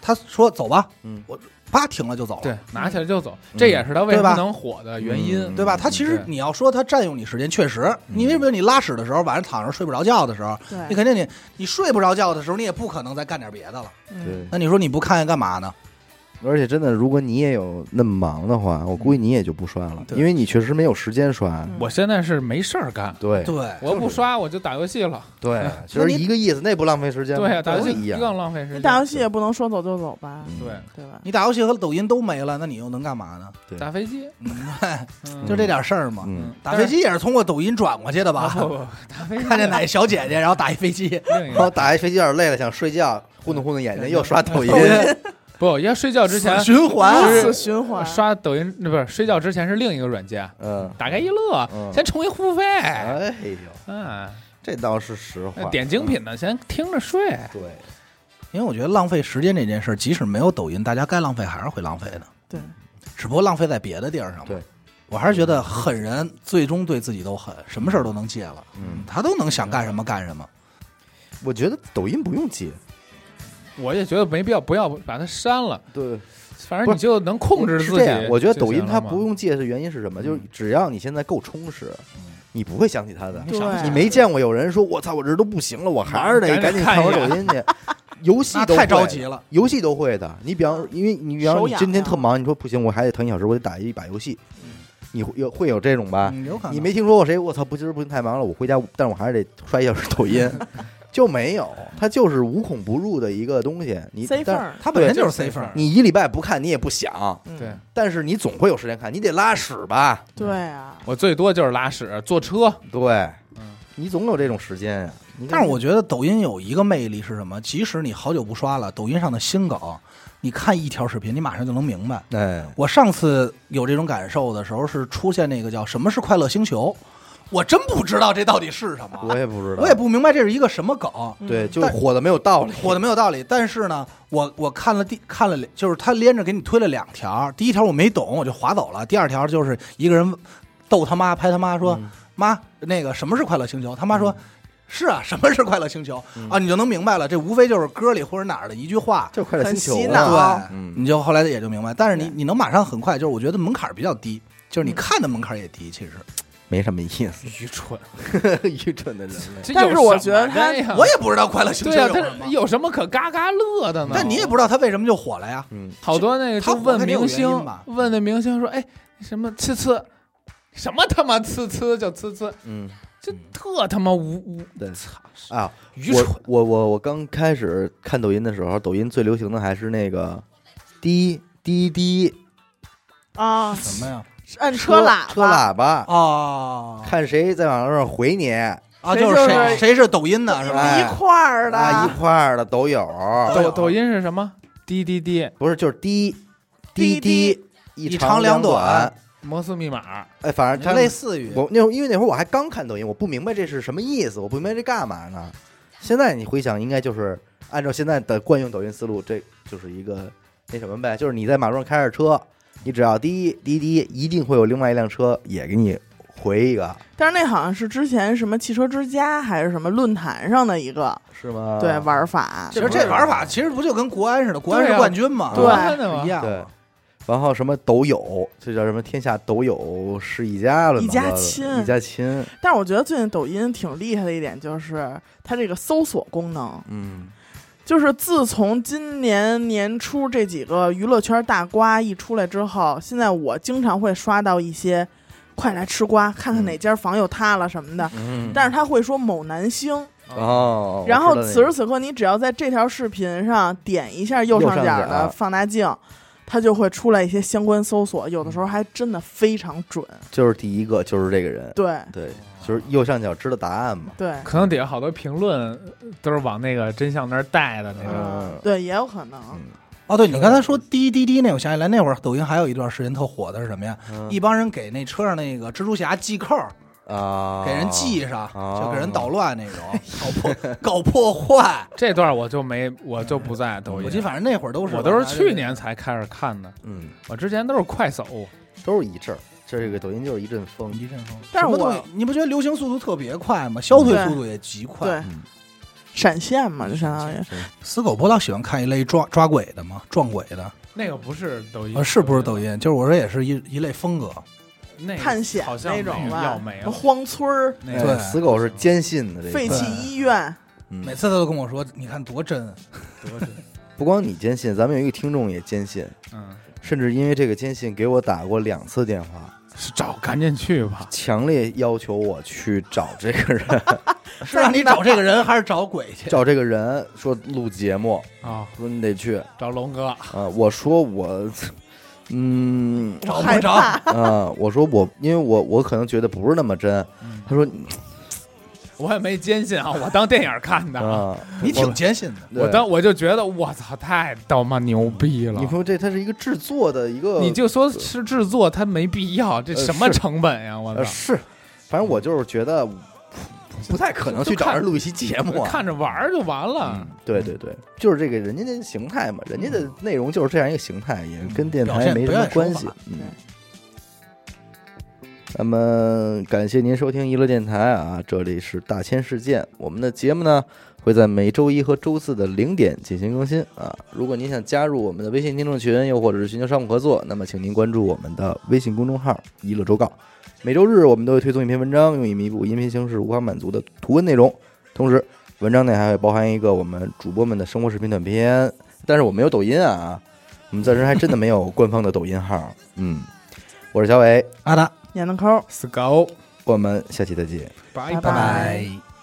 S2: 他说走吧，
S1: 嗯
S2: 我啪停了就走了。
S4: 对，拿起来就走，这也是他为
S2: 对
S4: 什么
S2: 吧
S4: 能火的原因。
S1: 嗯
S2: 对吧？他其实
S4: 对
S2: 你要说他占用你时间，确实，你为什么你拉屎的时候，晚上躺着睡不着觉的时候，
S3: 对
S2: 你肯定你你睡不着觉的时候，你也不可能再干点别的了。
S3: 嗯
S1: 对，
S2: 那你说你不看干嘛呢？
S1: 而且真的，如果你也有那么忙的话，我估计你也就不刷了，
S2: 嗯对
S1: 因为你确实没有时间刷。
S3: 嗯
S4: 我现在是没事儿干，
S1: 对
S2: 对，
S4: 我不刷我就打游戏了。
S1: 对，其
S2: 那
S1: 实
S2: 你啊
S1: 一个意思，那不浪费时间吗？
S4: 对呀，啊打游
S1: 都
S4: 戏
S1: 一样。
S4: 更浪费时
S3: 你
S4: 间。
S3: 打游戏也不能说走就走吧，
S1: 嗯
S4: 对，
S3: 对吧？
S2: 你打游戏和抖音都没了，那你又能干嘛呢？
S1: 对
S4: 打飞机， 嗯
S2: 就这点事儿嘛。
S1: 嗯，
S2: 打飞机也是通过抖音转过去的
S4: 啊
S2: 吧？
S4: 不不，不打飞机
S2: 看见哪小姐姐，然 后打一飞机，
S4: 另一
S1: 然后
S4: 个
S1: 打一飞机有点累了，想睡觉，糊弄糊弄眼睛，又刷抖音。
S4: 抖音不不要睡觉之前
S2: 死循环
S4: 是
S3: 死循环，
S4: 刷抖音，那不是睡觉之前是另一个软件，
S1: 嗯，
S4: 打开一乐，
S1: 嗯
S4: 先充一付费，
S1: 哎呦，
S4: 嗯，
S1: 这倒是实
S4: 那
S1: 话，
S4: 点精品的先听着睡。
S1: 嗯，对，
S2: 因为我觉得浪费时间这件事儿，即使没有抖音，大家该浪费还是会浪费的，
S3: 对，
S2: 只不过浪费在别的地儿上了。
S1: 对，
S2: 我还是觉得狠人最终对自己都狠，什么事儿都能戒了，
S1: 嗯，
S2: 他都能想干什么干什么。
S1: 我觉得抖音不用戒，
S4: 我也觉得没必要，不要把它删了，
S1: 对，
S4: 反
S1: 不
S4: 正
S1: 是
S4: 你就能控制
S1: 是
S4: 自
S1: 这
S4: 己
S1: 样。我觉得
S4: 就
S1: 抖音
S4: 行了
S1: 它
S4: 嘛嗯
S1: 不用戒的原因是什么？就是只要你现在够充实，你不会想起它
S4: 嗯
S1: 的。
S3: 对
S1: 你没见过有人说“我操，我这都不行了，我还是得
S4: 赶
S1: 赶
S4: 紧
S1: 紧
S4: 看
S1: 看
S4: 一
S1: 会
S4: 眼
S1: 儿抖音去”。游戏
S2: 那
S1: 都
S2: 太
S1: 会
S2: 着
S1: 的
S2: 急了，
S1: 游戏都会的。你比方，因为你比方
S3: 手
S1: 说你
S3: 痒啊
S1: 今天
S3: 痒
S1: 特忙，你说不行，我还得腾一小时，我得打一把游戏。
S4: 嗯
S1: 你会有会有这种吧？
S2: 嗯，有可
S1: 啊
S2: 能
S1: 你没听说过谁？我操，不今儿不行太忙了，我回家，但是我还是得刷一小时 抖音，就没有。它就是无孔不入的一个东西。你
S3: 塞缝
S1: 但
S3: 儿，
S2: 他本身就
S4: 对
S2: 是
S4: 就是
S2: C 分儿，
S1: 你一礼拜不看，你也不想，
S3: 嗯
S4: 对
S1: 但是你总会有时间看，你得拉屎吧？
S3: 对
S1: 嗯
S3: 啊，
S4: 我最多就是拉屎、坐车，
S1: 对
S4: 嗯，
S1: 你总有这种时间呀。你
S2: 但是我觉得抖音有一个魅力是什么？即使你好久不刷了，抖音上的新梗，你看一条视频，你马上就能明白。
S1: 哎，
S2: 我上次有这种感受的时候，是出现那个叫什么是快乐星球，我真不知道这到底是什么，
S1: 哎我也不知道，
S2: 我也不明白这是一个什么梗，
S3: 嗯
S1: 对，就
S2: 但
S1: 火的没有道理，
S2: 火的没有道理。但是呢，我我看了第看了，就是他连着给你推了两条，第一条我没懂，我就划走了；第二条就是一个人逗他妈，拍他妈
S1: 嗯
S2: 说：“妈，那个什么是快乐星球？”他妈说。是啊， 什么是快乐星球、啊？你就能明白了，这无非就是歌里或者哪儿的一句话，
S1: 就快乐
S3: 很
S1: 星球
S3: 洗
S1: 了
S3: 脑
S2: 对，
S1: 嗯
S2: 你就后来也就明白。但是你你能马上很快，就是我觉得门槛儿比较低，就是你
S3: 嗯
S2: 看的门槛儿也低。其实
S1: 没什么意 思，
S4: 愚蠢。
S1: 愚蠢的人类。
S4: 这
S3: 但
S4: 有
S3: 是我
S4: 什
S3: 觉得
S4: 么
S3: 他
S4: 的呀
S2: 我也不知道快乐星球
S4: 嗯
S2: 有
S4: 对呀、
S2: 什
S4: 他
S2: 么，
S4: 有什么可嘎嘎乐的呢？
S2: 但你也不知道他为什么就火了呀。
S1: 嗯，
S4: 好多那个
S2: 他
S4: 就
S2: 火
S4: 问
S2: 肯定有
S4: 明
S2: 原
S4: 星
S2: 因吧，
S4: 问那明星说：“哎，什么呲呲，什么他妈呲呲就呲呲，
S1: 嗯
S4: 这特他妈无无
S1: 对
S4: 操
S1: 啊，
S4: 愚蠢。
S1: 我我我我刚开始看抖音的时候，抖音最流行的还是那个滴滴滴
S3: 啊，
S2: 什么呀？
S3: 是按
S1: 车
S3: 喇
S1: 车
S3: 叭，
S1: 喇叭，
S2: 哦，
S1: 看谁在网上回你，
S2: 啊，
S3: 谁
S2: 就是
S3: 就是
S2: 谁谁是抖音的是吧？
S1: 哎
S3: 一块儿的，
S1: 啊一块儿的都有，
S2: 都
S4: 抖
S2: 有
S4: 抖音是什么？滴滴滴，
S1: 不是就是滴滴
S3: 滴滴
S1: 滴一
S2: 一长两
S1: 两
S2: 短，
S4: 摩斯密
S2: 啊
S4: 码，
S1: 哎，反正他
S2: 类似于
S1: 我那会儿因为那会儿我还刚看抖音，我不明白这是什么意思，我不明白这干嘛呢。现在你回想，应该就是按照现在的惯用抖音思路，这就是一个那什么呗，就是你在马路上开着车，你只要滴滴滴，一定会有另外一辆车也给你回一个，
S3: 但是那好像是之前什么汽车之家还是什么论坛上的一个
S1: 是吗？
S3: 对玩法，
S2: 其实这玩法其实不就跟国安似的，国安
S4: 对
S2: 是
S4: 啊
S2: 冠军嘛，
S3: 对
S4: 看见
S2: 一
S4: 吗？
S2: 样嘛。
S1: 对。
S3: 啊
S1: 然后什么抖友，这叫什么？天下抖友是一家了，
S3: 一
S1: 怎么
S3: 家
S1: 着的
S3: 亲
S1: 一家亲。
S3: 但是我觉得最近抖音挺厉害的一点就是它这个搜索功能，
S1: 嗯，
S3: 就是自从今年年初这几个娱乐圈大瓜一出来之后，现在我经常会刷到一些“快来吃瓜，看看哪家房又塌了”什么的，
S1: 嗯
S3: 但是他会说某男星，
S1: 哦，
S3: 然后
S1: 我知道那
S3: 此
S1: 个
S3: 时此刻你只要在这条视频上点一下右上角
S1: 右上
S3: 的
S1: 角
S3: 放大镜。它就会出来一些相关搜索，有的时候还真的非常准。
S1: 就是第一个就是这个人，
S3: 对
S1: 对，就是右上角知道答案嘛。
S3: 对
S4: 可能底下好多评论都是往那个真相那儿带的那
S2: 啊
S4: 种。
S1: 嗯
S3: 对，也有可能。
S2: 哦，对你
S4: 嗯
S2: 刚才说滴滴滴那，我想起来那会儿抖音还有一段时间特火的是什么呀？
S4: 嗯
S2: 一帮人给那车上那个蜘蛛侠系扣儿，
S1: 啊，
S2: 给人系上，
S1: 哦
S2: 就给人捣乱那 种，搞破搞破坏。
S4: 这段我就没，我就不在
S2: 嗯
S4: 抖
S2: 我
S4: 音
S2: 记，得反正那会儿都是，
S4: 我都是去年才开始看的，
S1: 嗯，
S4: 我之前都是快手。
S1: 都是一阵儿，这个抖音就是一阵风。
S2: 一阵风。
S3: 但是
S2: 什么东西
S3: 我
S2: 你不觉得流行速度特别快吗？消退
S3: 对
S2: 速度也极快。
S3: 对
S1: 嗯
S3: 闪现嘛，就相当于
S2: 死狗不老喜欢看一类抓抓鬼的吗？撞鬼的，
S4: 那个不是抖音，
S1: 啊
S2: 呃，是不是抖音？就是我说也是一一类风格。
S4: 那个
S3: 探险
S4: 好像
S3: 那
S4: 没
S3: 种
S4: 有
S3: 吧
S4: 要没，
S3: 什么
S4: 了。
S3: 荒村儿、
S4: 那
S1: 哎
S4: 个
S2: 对
S1: 死狗是坚信的这
S3: 废
S1: 个，
S3: 弃医院，
S1: 嗯
S2: 每次他都跟我说：“你看多 真。
S4: 多真
S1: 不光你坚信，咱们有一个听众也坚信，
S4: 嗯，
S1: 甚至因为这个坚信给我打过两次电话，
S4: 是找赶紧去吧。
S1: 强烈要求我去找这个人，
S2: 是让你找这个人还是找鬼 去？
S1: 找这个人说录节目，
S4: 啊，
S1: 说你得去啊、
S4: 找龙哥，
S1: 我说我，嗯，呃
S2: 找不
S3: 害怕
S2: 着。
S4: 嗯
S1: 啊，我说我，因为我我可能觉得不是那么真。他说，
S4: 我也没坚信啊，我当电影看的啊。
S1: 啊，
S2: 你挺艰辛的。
S4: 我
S1: 对
S4: 当我就觉得我操，太他妈牛逼了
S1: 你！说这它是一个制作的一个，
S4: 你就说是制作，它没必要，这
S1: 呃
S4: 什么
S1: 是
S4: 成本呀？我操
S1: 呃！是，反正我就是觉得不太可能去找人录一期节目啊。
S4: 看着玩儿就完了。
S1: 对对对，就是这个人家的形态嘛，人家的内容就是这样一个形态，也
S4: 嗯
S1: 跟电
S2: 表
S1: 台
S2: 现
S1: 没什
S2: 表
S1: 么
S2: 演手
S1: 关
S2: 法
S1: 系。嗯，那么感谢您收听娱乐电台啊，这里是大千世界，我们的节目呢会在每周一和周四的零点进行更新啊。如果您想加入我们的微信听众群，又或者是寻求商务合作，那么请您关注我们的微信公众号“娱乐周告”。每周日我们都会推送一篇文章，用以弥补音频形式无法满足的图文内容，同时。文章内还会包含一个我们主播们的生活视频短片，但是我没有抖音啊，我们暂时还真的没有官方的抖音号。嗯，我是小伟，
S2: 阿达，
S3: 闫德抠。
S4: 死狗，
S1: 我们下期再见。
S4: 拜
S3: 拜拜。